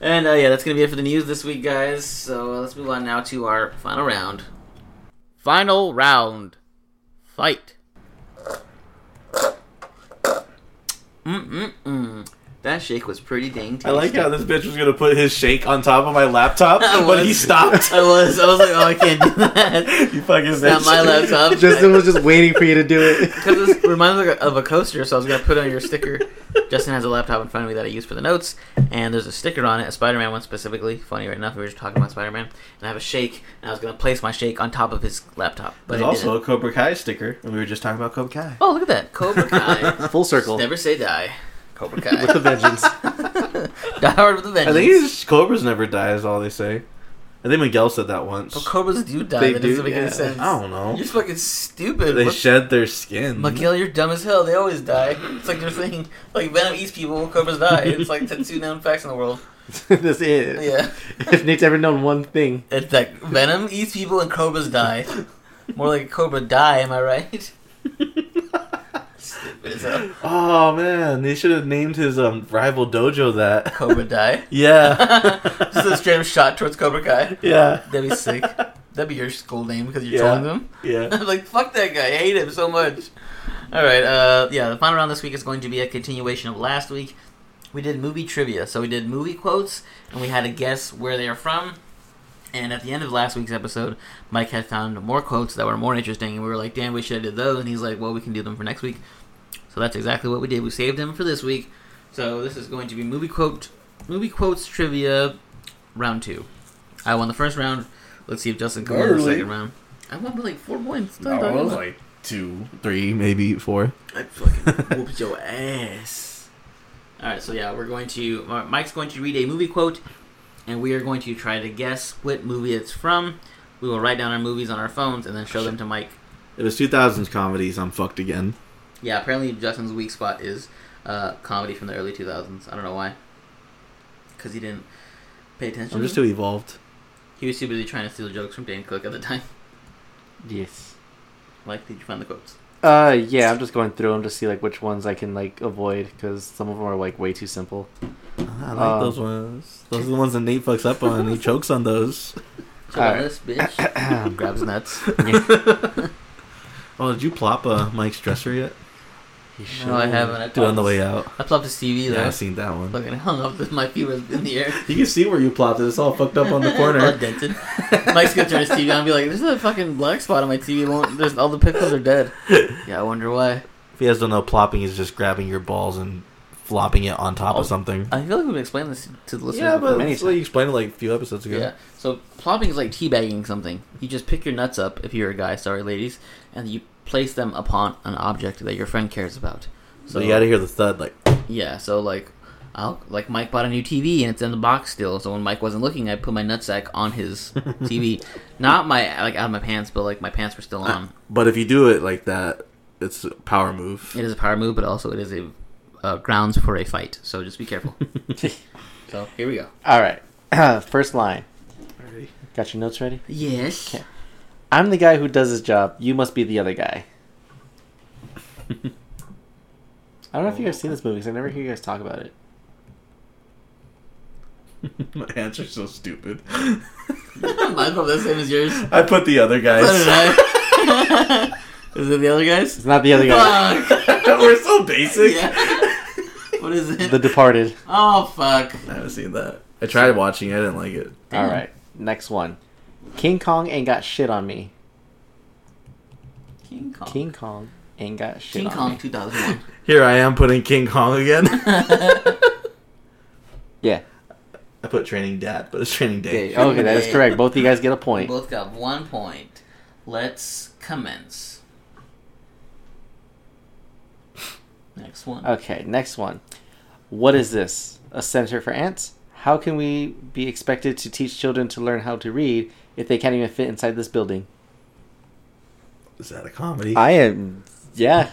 And uh, yeah, that's gonna be it for the news this week, guys. So uh, let's move on now to our final round. Final round. Fight. Mm mm mm. That shake was pretty dang tasty. I like how this bitch was gonna put his shake on top of my laptop, I but he was. stopped. I was. I was like, oh, I can't do that. you fucking bitch. Not my laptop. Justin was just waiting for you to do it. Because this reminds me of a coaster, so I was gonna put it on your sticker. Justin has a laptop in front of me that I use for the notes, and there's a sticker on it, a Spider-Man one specifically. Funny right enough, we were just talking about Spider-Man, and I have a shake, and I was gonna place my shake on top of his laptop, but There's I also didn't. a Cobra Kai sticker, and we were just talking about Cobra Kai. Oh, look at that, Cobra Kai. Full circle. Never say die, Cobra With a Kai. vengeance. die hard with a I vengeance. think it's just Cobras never die is all they say. I think Miguel said that once. But Cobras do die. They that do, doesn't make yeah. any sense. I don't know. You're fucking stupid. They What- shed their skin. Miguel, you're dumb as hell. They always die. It's like they're saying, like Venom eats people, Cobras die. It's like the two known facts in the world. That's it. Yeah. If Nate's ever known one thing, It's like Venom eats people and Cobras die. More like Cobra die, am I right? Stupid as hell. Oh man, they should have named his um, rival dojo that. Cobra die. Just a yeah. straight up shot towards Cobra Kai. yeah. That'd be sick. That'd be your school name because you're Yeah. trolling them. Yeah. I'm like, fuck that guy. I hate him so much. All right. Uh, yeah, the final round this week is going to be a continuation of last week. We did movie trivia. So we did movie quotes, and we had to guess where they are from. And at the end of last week's episode, Mike had found more quotes that were more interesting, and we were like, damn, we should have did those. And he's like, well, we can do them for next week. So that's exactly what we did. We saved them for this week. So this is going to be movie quote, movie quotes trivia, round two. I won the first round. Let's see if Justin can win the Barely. second round. I won by like four points. like two, three, maybe four. I fucking whooped your ass. All right, so yeah, we're going to uh, Mike's going to read a movie quote, and we are going to try to guess what movie it's from. We will write down our movies on our phones and then show them to Mike. It was 2000s comedies. I'm fucked again. Yeah, apparently Justin's weak spot is uh, comedy from the early 2000s. I don't know why, because he didn't pay attention. I'm just too evolved. he was too busy trying to steal jokes from Dan Cook at the time. yes. Like, did you find the quotes? Uh, yeah, I'm just going through them to see like which ones I can like avoid because some of them are like way too simple. Ah, I like Um, those ones. Those are the ones that Nate fucks up on. He chokes on those. Check out right. this bitch. Grabs nuts. Oh, did you plop uh, Mike's dresser yet? No, I haven't. I Do it on the way out. I plopped his TV though. Yeah, I've seen that one. Fucking hung up with my feet was in the air. You can see where you plopped it. It's all fucked up on the all corner. dented. Mike's gonna turn his TV on and be like, "There's a fucking black spot on my TV. Won't there's all the pixels are dead." Yeah, I wonder why. If you guys don't know, plopping is just grabbing your balls and flopping it on top of something. Oh, I feel like we've explained this to the listeners. yeah, before. but many that's what you explained it like a few episodes ago. yeah. So plopping is like teabagging something. You just pick your nuts up if you're a guy. Sorry, ladies, and you place them upon an object that your friend cares about. So you gotta hear the thud, like, Yeah, so like, I'll, like Mike bought a new TV and it's in the box still. So when Mike wasn't looking, I put my nutsack on his TV, not my like out of my pants, but like my pants were Uh, still on. but if you do it like that, it's a power move. It is a power move, but also it is a uh, grounds for a fight. So just be careful. so here we go. All right. First line. Got your notes ready? Yes. I'm the guy who does his job. You must be the other guy. I don't know if you guys seen this movie because I never hear you guys talk about it. My answer's so stupid. Mine probably the same as yours. I put the other So did guys. I. is it the other guys? It's not the other guy. Fuck. We're so basic. Yeah. What is it? the Departed. oh fuck. I haven't seen that. I tried watching it. I didn't like it. All right. Next one. King Kong ain't got shit on me. King Kong. King Kong ain't got shit. King on Kong me. 2001. Here I am putting King Kong again. Yeah. I put Training Dad, but it's Training Day. Okay, okay, that is correct. Both of you guys get a We point. both got one point. Let's commence. Next one. Okay, next one. What is this? A center for ants? How can we be expected to teach children to learn how to read if they can't even fit inside this building? Is that a comedy? I am. Yeah,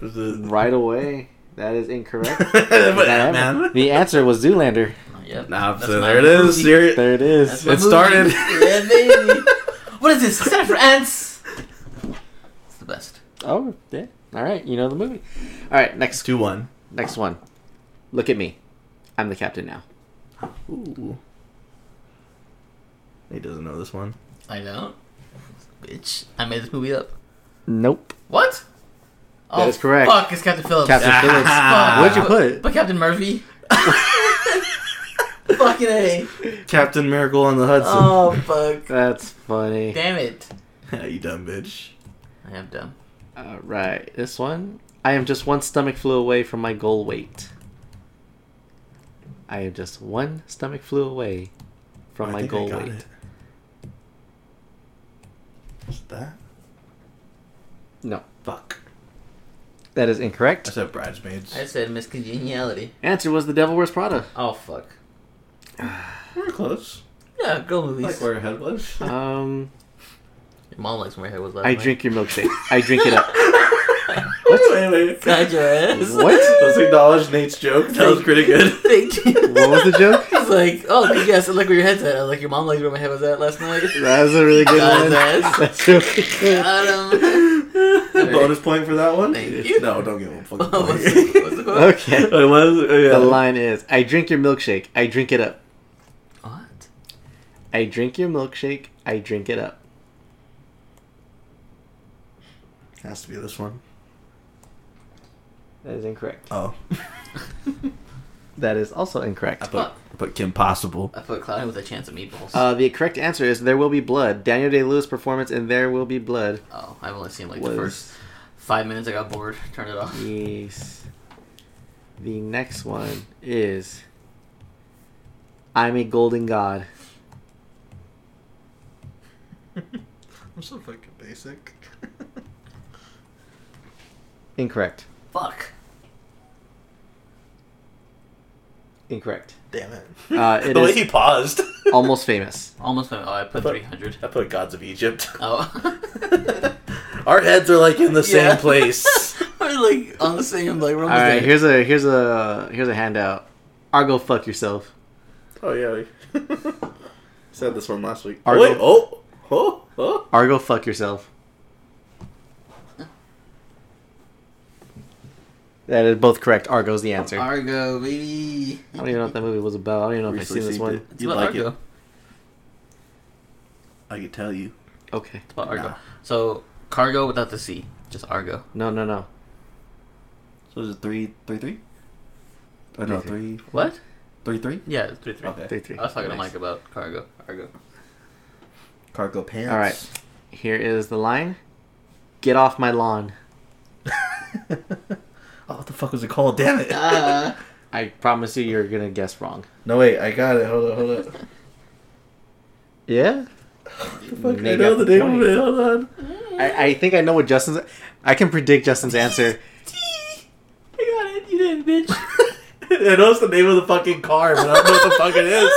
Is it- right away. That is incorrect. But Ant-Man? The answer was Zoolander. Yep. Nah, That's so my there it is. movie. Seri- There it That's is. my It started. Yeah, baby. what is this? Set for ants. It's the best. Oh, yeah. All right, you know the movie. All right, next Two one. next one. Look at me. I'm the captain now. Ooh. He doesn't know this one. I don't. Bitch, I made this movie up. Nope. What? Oh, is correct. Fuck, it's Captain Phillips. Captain Ah, Phillips. fuck. Where'd you put it? But Captain Murphy. Fucking A. Captain Miracle on the Hudson. Oh, fuck. That's funny. Damn it. you dumb bitch. I am dumb. All right, this one. I am just one stomach flew away from my goal weight. I am just one stomach flew away from I my think I goal got weight. it. Is that? No, Fuck. that is I incorrect. said bridesmaids. I said miscongeniality. Answer was The Devil Wears Prada. Oh, fuck. We're close. Yeah, go movies. Like where your head was. Um, Your mom likes where her was last I night. drink your milkshake. I drink it up. Wait, wait. Got your ass. What? Let's acknowledge Nate's joke. That was pretty good. Thank you. What was the joke? He's like, oh, good guess. I like where your head's at. I was like, your mom likes where my head was at last night. That was a really good Got one. his ass. That's really good. Got him. Bonus point for that one. Thank you. No, don't give him a fucking What's point. the- what's the quote? Okay. It was. oh, yeah. The line is I drink your milkshake. I drink it up. What? I drink your milkshake. I drink it up. has to be this one. That is incorrect. Oh, That is also incorrect. I put, I put Kim Possible. I put Clown with a chance of meatballs. Uh, the correct answer is There Will Be Blood. Daniel Day Lewis performance in There Will Be Blood. oh, I've only seen like was- the first five minutes. I got bored, turned it off. Yes. The next one is I'm a Golden God. I'm so fucking basic. Incorrect. Fuck. Incorrect. Damn it. Uh, it the way is- he paused. Almost famous. Almost. went- Oh, I put But- three hundred. I put Gods of Egypt. Oh. Our heads are like in the same Yeah. place. We're like on the same. Like we're All almost right, there. here's a here's a here's a handout. Argo, fuck yourself. Oh yeah. Said this one last week. Argo- Wait, oh, oh, oh. Argo, fuck yourself. That is both correct. Argo's the answer. I Argo, baby. don't even know what that movie was about. I don't even know if I've Recently seen this seen one. it. It's You about like Argo. it? I can tell you. Okay. It's about Argo. Nah. So cargo without the C, just Argo. No, no, no. So is it three, three, three? Or no, three, What? three, three. Yeah, it's three three. Okay. Three, three. I was talking to Nice. Mike about cargo. Argo. Cargo pants. All right. Here is the line. Get off my lawn. Oh, what the fuck was it called? Damn it. Uh, I promise you, you're gonna guess wrong. No wait, I got it. Hold on, hold on. Yeah. Fuck, I They know got the name point. of it. Hold on. I, I think I know what Justin's. I can predict Justin's answer. I got it. You did, bitch. I know it's the name of the fucking car, but I don't know what the fuck it is.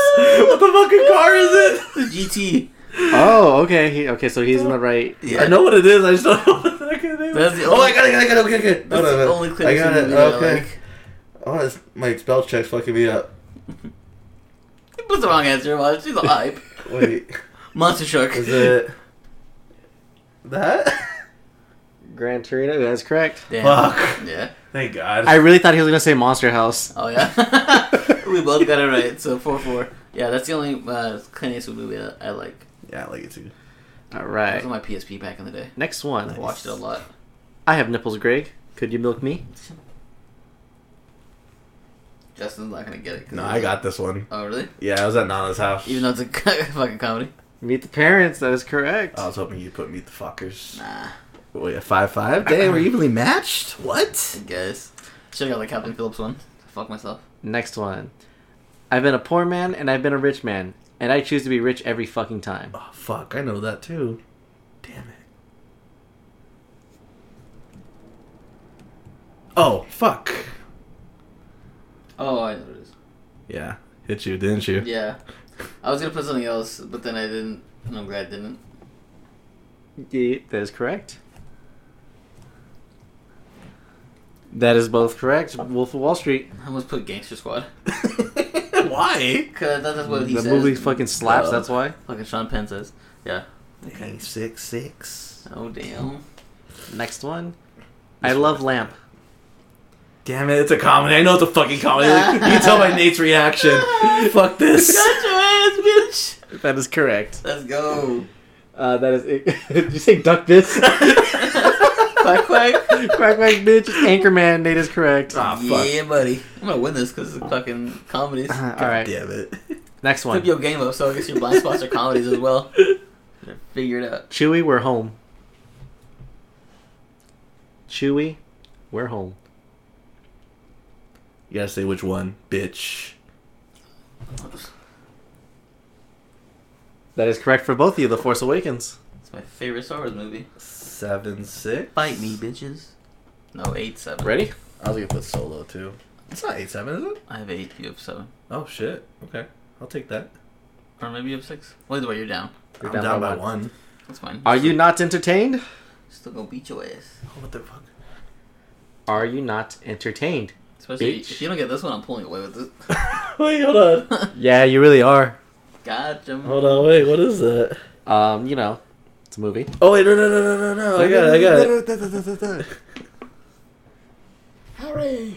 What the fucking car is it? the GT. Oh, okay. He, okay, so he's in the right. Yeah. I know what it is. I just don't know what the fucking name. That's That's the oh, only- I got it. I got it. I got it. Okay, okay. That's Hold on, the hold on. only clip I got it. That, I Okay. like. Oh, it's, my spell check's fucking me up. It was the wrong answer. Was she's a hype. Wait, Monster Truck. is it that? Gran Torino. That's correct. Damn. Fuck. Yeah. Thank God. I really thought he was gonna say Monster House. Oh yeah. we both got it right. So four four. Yeah, that's the only uh, Clint Eastwood movie that I like. yeah, I like it too. All It right. was on my PSP back in the day. Next one. I watched it a lot. I have nipples, Greg. Could you milk me? Justin's not gonna get it. 'cause No, it's- I got this one. Oh really? Yeah, I was at Nana's house. Even though it's a fucking comedy. Meet the parents. That is correct. I was hoping you'd put meet the fuckers. Nah. Wait, five five. Dang, we're evenly matched. What? I guess. Should have got the Captain Phillips one. Fuck myself. Next one. I've been a poor man and I've been a rich man, and I choose to be rich every fucking time. Oh, fuck, I know that too. Damn it. Oh fuck. Oh, I know what it is. Yeah, hit you, didn't you? Yeah. I was gonna put something else, but then I didn't, and I'm glad I didn't. Yeah, that is correct. That is both correct. Wolf of Wall Street. I almost put Gangster Squad. Why? Cause that- that's what he The says. movie fucking slaps. Uh, that's why. Fucking Sean Penn says. Yeah. Okay, six six. Oh damn. Next one. I love lamp. Damn it, it's a comedy. I know it's a fucking comedy. Like, you can tell by Nate's reaction. fuck this. Got your ass, bitch. That is correct. Let's go. Uh, that is. It. Did you say duck this? Quack quack. quack quack bitch. Anchorman. Nate is correct. Ah fuck. Yeah, buddy. I'm gonna win this because it's fucking comedies. All right. Damn it. Next Flip one. your game up, so I guess your blind spots are comedies as well. Figure it out. Chewy, we're home. Chewy, we're home. You gotta say which one, bitch. That is correct for both of you. The Force Awakens. It's my favorite Star Wars movie. Seven six. Bite me, bitches. No, eight seven. Ready? I was gonna put solo too. It's not eight seven, is it? I have eight. You have seven, Oh shit. Okay, I'll take that. or maybe you have six. Well, either way, you're down. You're I'm down, by, one. That's fine. Are you not entertained? Still gonna beat your ass. Oh, what the fuck? Are you not entertained? Especially Bitch. if you don't get this one, I'm pulling away with it. Wait, hold on. Yeah, you really are. Gotcha. Hold on. Wait, what is that? Um, you know, it's a movie. Oh wait, no, no, no, no, no, no. I got it. I got it. Hurry!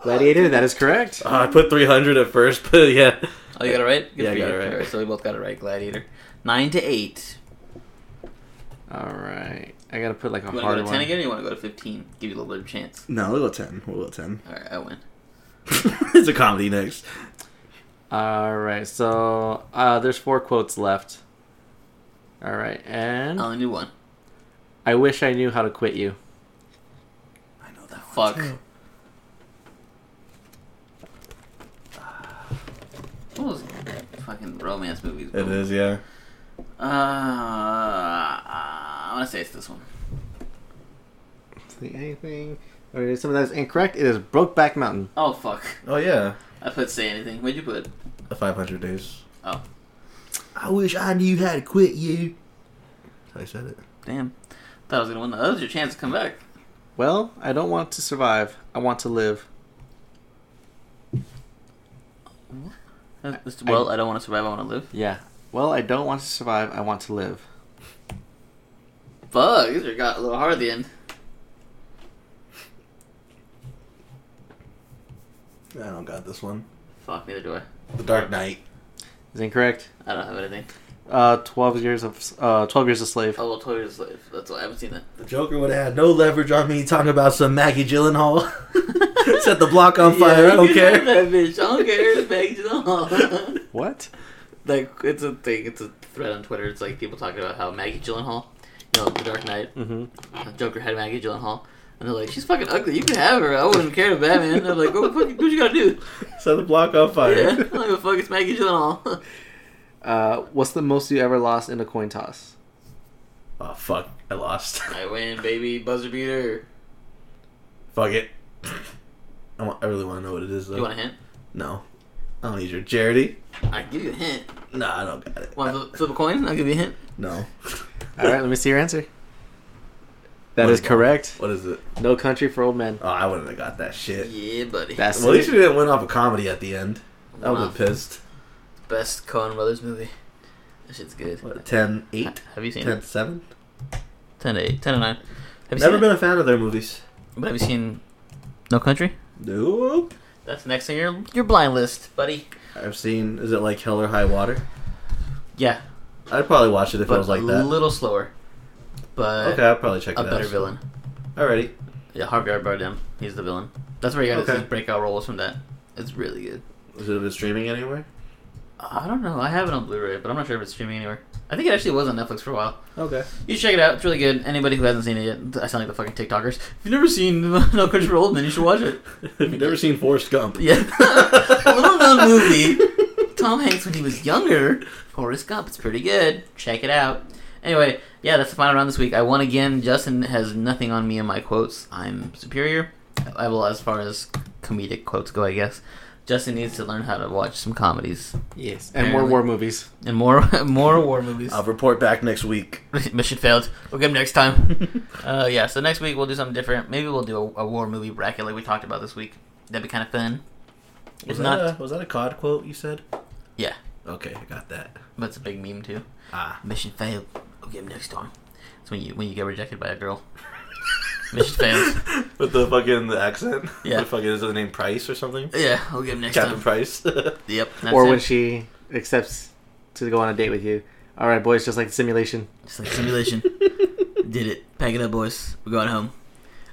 Gladiator. That is correct. Oh, I put three hundred at first, but yeah. Oh, you got it right. Yeah, I for got you. it right. Alright, so we both got it right. Gladiator. Nine to eight. All right. I gotta put like a You want to go hard to ten one. again? or You want to go to fifteen? Give you a little bit of a chance. No, we'll go ten. We'll go ten. All right, I win. it's a comedy next. All right. So uh, there's four quotes left. All right, and I only knew one. I wish I knew how to quit you. I know that Fuck. What was fucking romance movies? It bro? is, yeah. Uh, I want to say it's this one. See anything? Or is something that is incorrect? It is Brokeback Mountain. Oh fuck! Oh yeah, I put say anything. What'd you put? five hundred days. Oh, I wish I knew how to quit you. I said it. damn! Thought I was gonna win. That was your chance to come back. Well, I don't want to survive. I want to live. That's- that's- Well, I, don't want to survive. I want to live. Yeah. Well, I don't want to survive. I want to live. Fuck! These are got a little hard at the end. I don't got this one. Fuck, neither do I. The Dark Knight. Is incorrect. I don't have anything. Uh, twelve years of uh, twelve years a slave. Oh, well, Toy is Slave. That's why I haven't seen that. The Joker would have had no leverage on me talking about some Maggie Gyllenhaal. Set the block on fire. I Yeah, don't you care. can have That bitch. I don't care. It's Maggie Gyllenhaal. What? like it's a thing. It's a thread on Twitter. It's like people talking about how Maggie Gyllenhaal, you know, The Dark Knight, Mm-hmm. Joker had Maggie Gyllenhaal, and they're like, she's fucking ugly. You can have her. I wouldn't care to Batman. And I'm like, what, what, what you gotta do? Set the block on fire. Yeah, I don't give a fuck. It's Maggie Gyllenhaal. Uh, what's the most you ever lost in a coin toss? Oh fuck! I lost. I win, baby. Buzzer beater. fuck it. I, want, I really want to know what it is though. You want a hint? no, I don't need your charity. I give you a hint. No, I don't got it. Want to flip a coin? I'll give you a hint. No. All right, let me see your answer. That What is is it? correct. What is it? No Country for Old Men. Oh, I wouldn't have got that shit. Yeah, buddy. That's Well, at least you didn't win off a comedy at the end. I would have Wow. pissed. best Coen Brothers movie. That shit's good. What, 10 8? Have you seen 10 it? 7? 10 to 8. 10 to 9. Have you Never seen been it? a fan of their movies. But have you seen No Country? Nope. That's the next thing. Your your blind list, buddy. I've seen, is it like Hell or High Water? Yeah, I'd probably watch it if but it was like a that. little slower. But okay, I'd probably check a it better out. villain. Already. Yeah, Harvey Bardem. He's the villain. That's where he got Okay. his breakout roles from. That it's really good. Is it been streaming anywhere? I don't know. I have it on Blu-ray, but I'm not sure if it's streaming anywhere. I think it actually was on Netflix for a while. Okay. You should check it out. It's really good. Anybody who hasn't seen it yet, I sound like the fucking TikTokers. If you've never seen No Country for Old Men, you should watch it. Have you never seen Forrest Gump? Yeah, little known movie. Tom Hanks when he was younger. Forrest Gump. It's pretty good. Check it out. Anyway, yeah, that's the final round this week. I won again. Justin has nothing on me in my quotes. I'm superior. I will, as far as comedic quotes go, I guess. Justin needs to learn how to watch some comedies Yes. And more apparently. war movies. and more more war movies. I'll report back next week. Mission failed. We'll get him next time. uh, yeah, so next week we'll do something different. Maybe we'll do a, a war movie bracket like we talked about this week. That'd be kind of fun. If Was not, that, a, was that a COD quote you said? Yeah. Okay, I got that. but it's a big meme too. Ah. Mission failed. We'll get him next time. It's when you when you get rejected by a girl. Mission failed. With the fucking the accent? Yeah. The fucking, is the name Price or something? Yeah, we'll get him next Captain time. Price. Yep. That's or it. when she accepts to go on a date with you. All right, boys, just like the simulation. Just like simulation. Did it. Pack it up, boys. We're going home.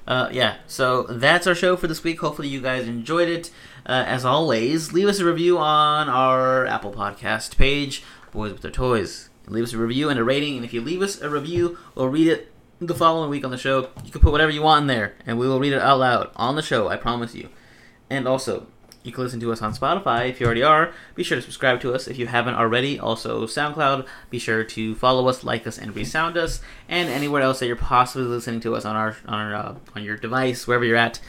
Uh, yeah, so that's our show for this week. Hopefully, you guys enjoyed it. Uh, as always, leave us a review on our Apple Podcast page, Boys with Their Toys. Leave us a review and a rating, and if you leave us a review, we'll read it the following week on the show. You can put whatever you want in there, and we will read it out loud on the show, I promise you. And also, you can listen to us on Spotify if you already are. Be sure to subscribe to us if you haven't already. Also, SoundCloud. Be sure to follow us, like us, and resound us. And anywhere else that you're possibly listening to us on our on our, uh, on your device, wherever you're at,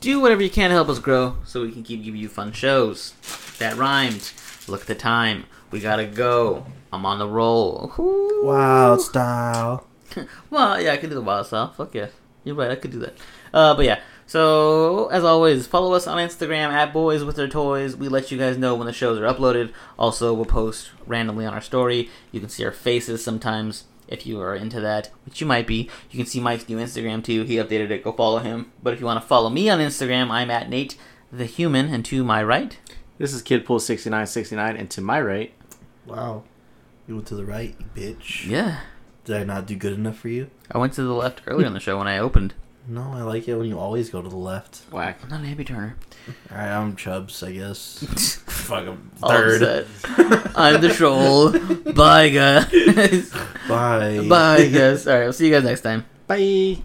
do whatever you can to help us grow, so we can keep giving you fun shows. That rhymed. Look at the time. We gotta go. I'm on the roll. Whoo. Wild style. Well, yeah, I could do the wild style. Fuck yeah. You're right, I could do that. Uh, but yeah. So, as always, follow us on Instagram at Boys With Their Toys. We let you guys know when the shows are uploaded. Also, we'll post randomly on our story. You can see our faces sometimes if you are into that, which you might be. You can see Mike's new Instagram too. He updated it. Go follow him. But if you want to follow me on Instagram, I'm at Nate the Human, and to my right, This is Kidpool sixty nine sixty nine, and to my right, Wow. You went to the right, you bitch. yeah, Did I not do good enough for you? I went to the left earlier in the show when I opened. No, I like it when you always go to the left. whack. I'm not a happy turner. All right, I'm Chubbs, I guess. Fuck him. All upset. I'm the troll. Bye, guys. Bye. Bye, guys. All right, I'll see you guys next time. Bye.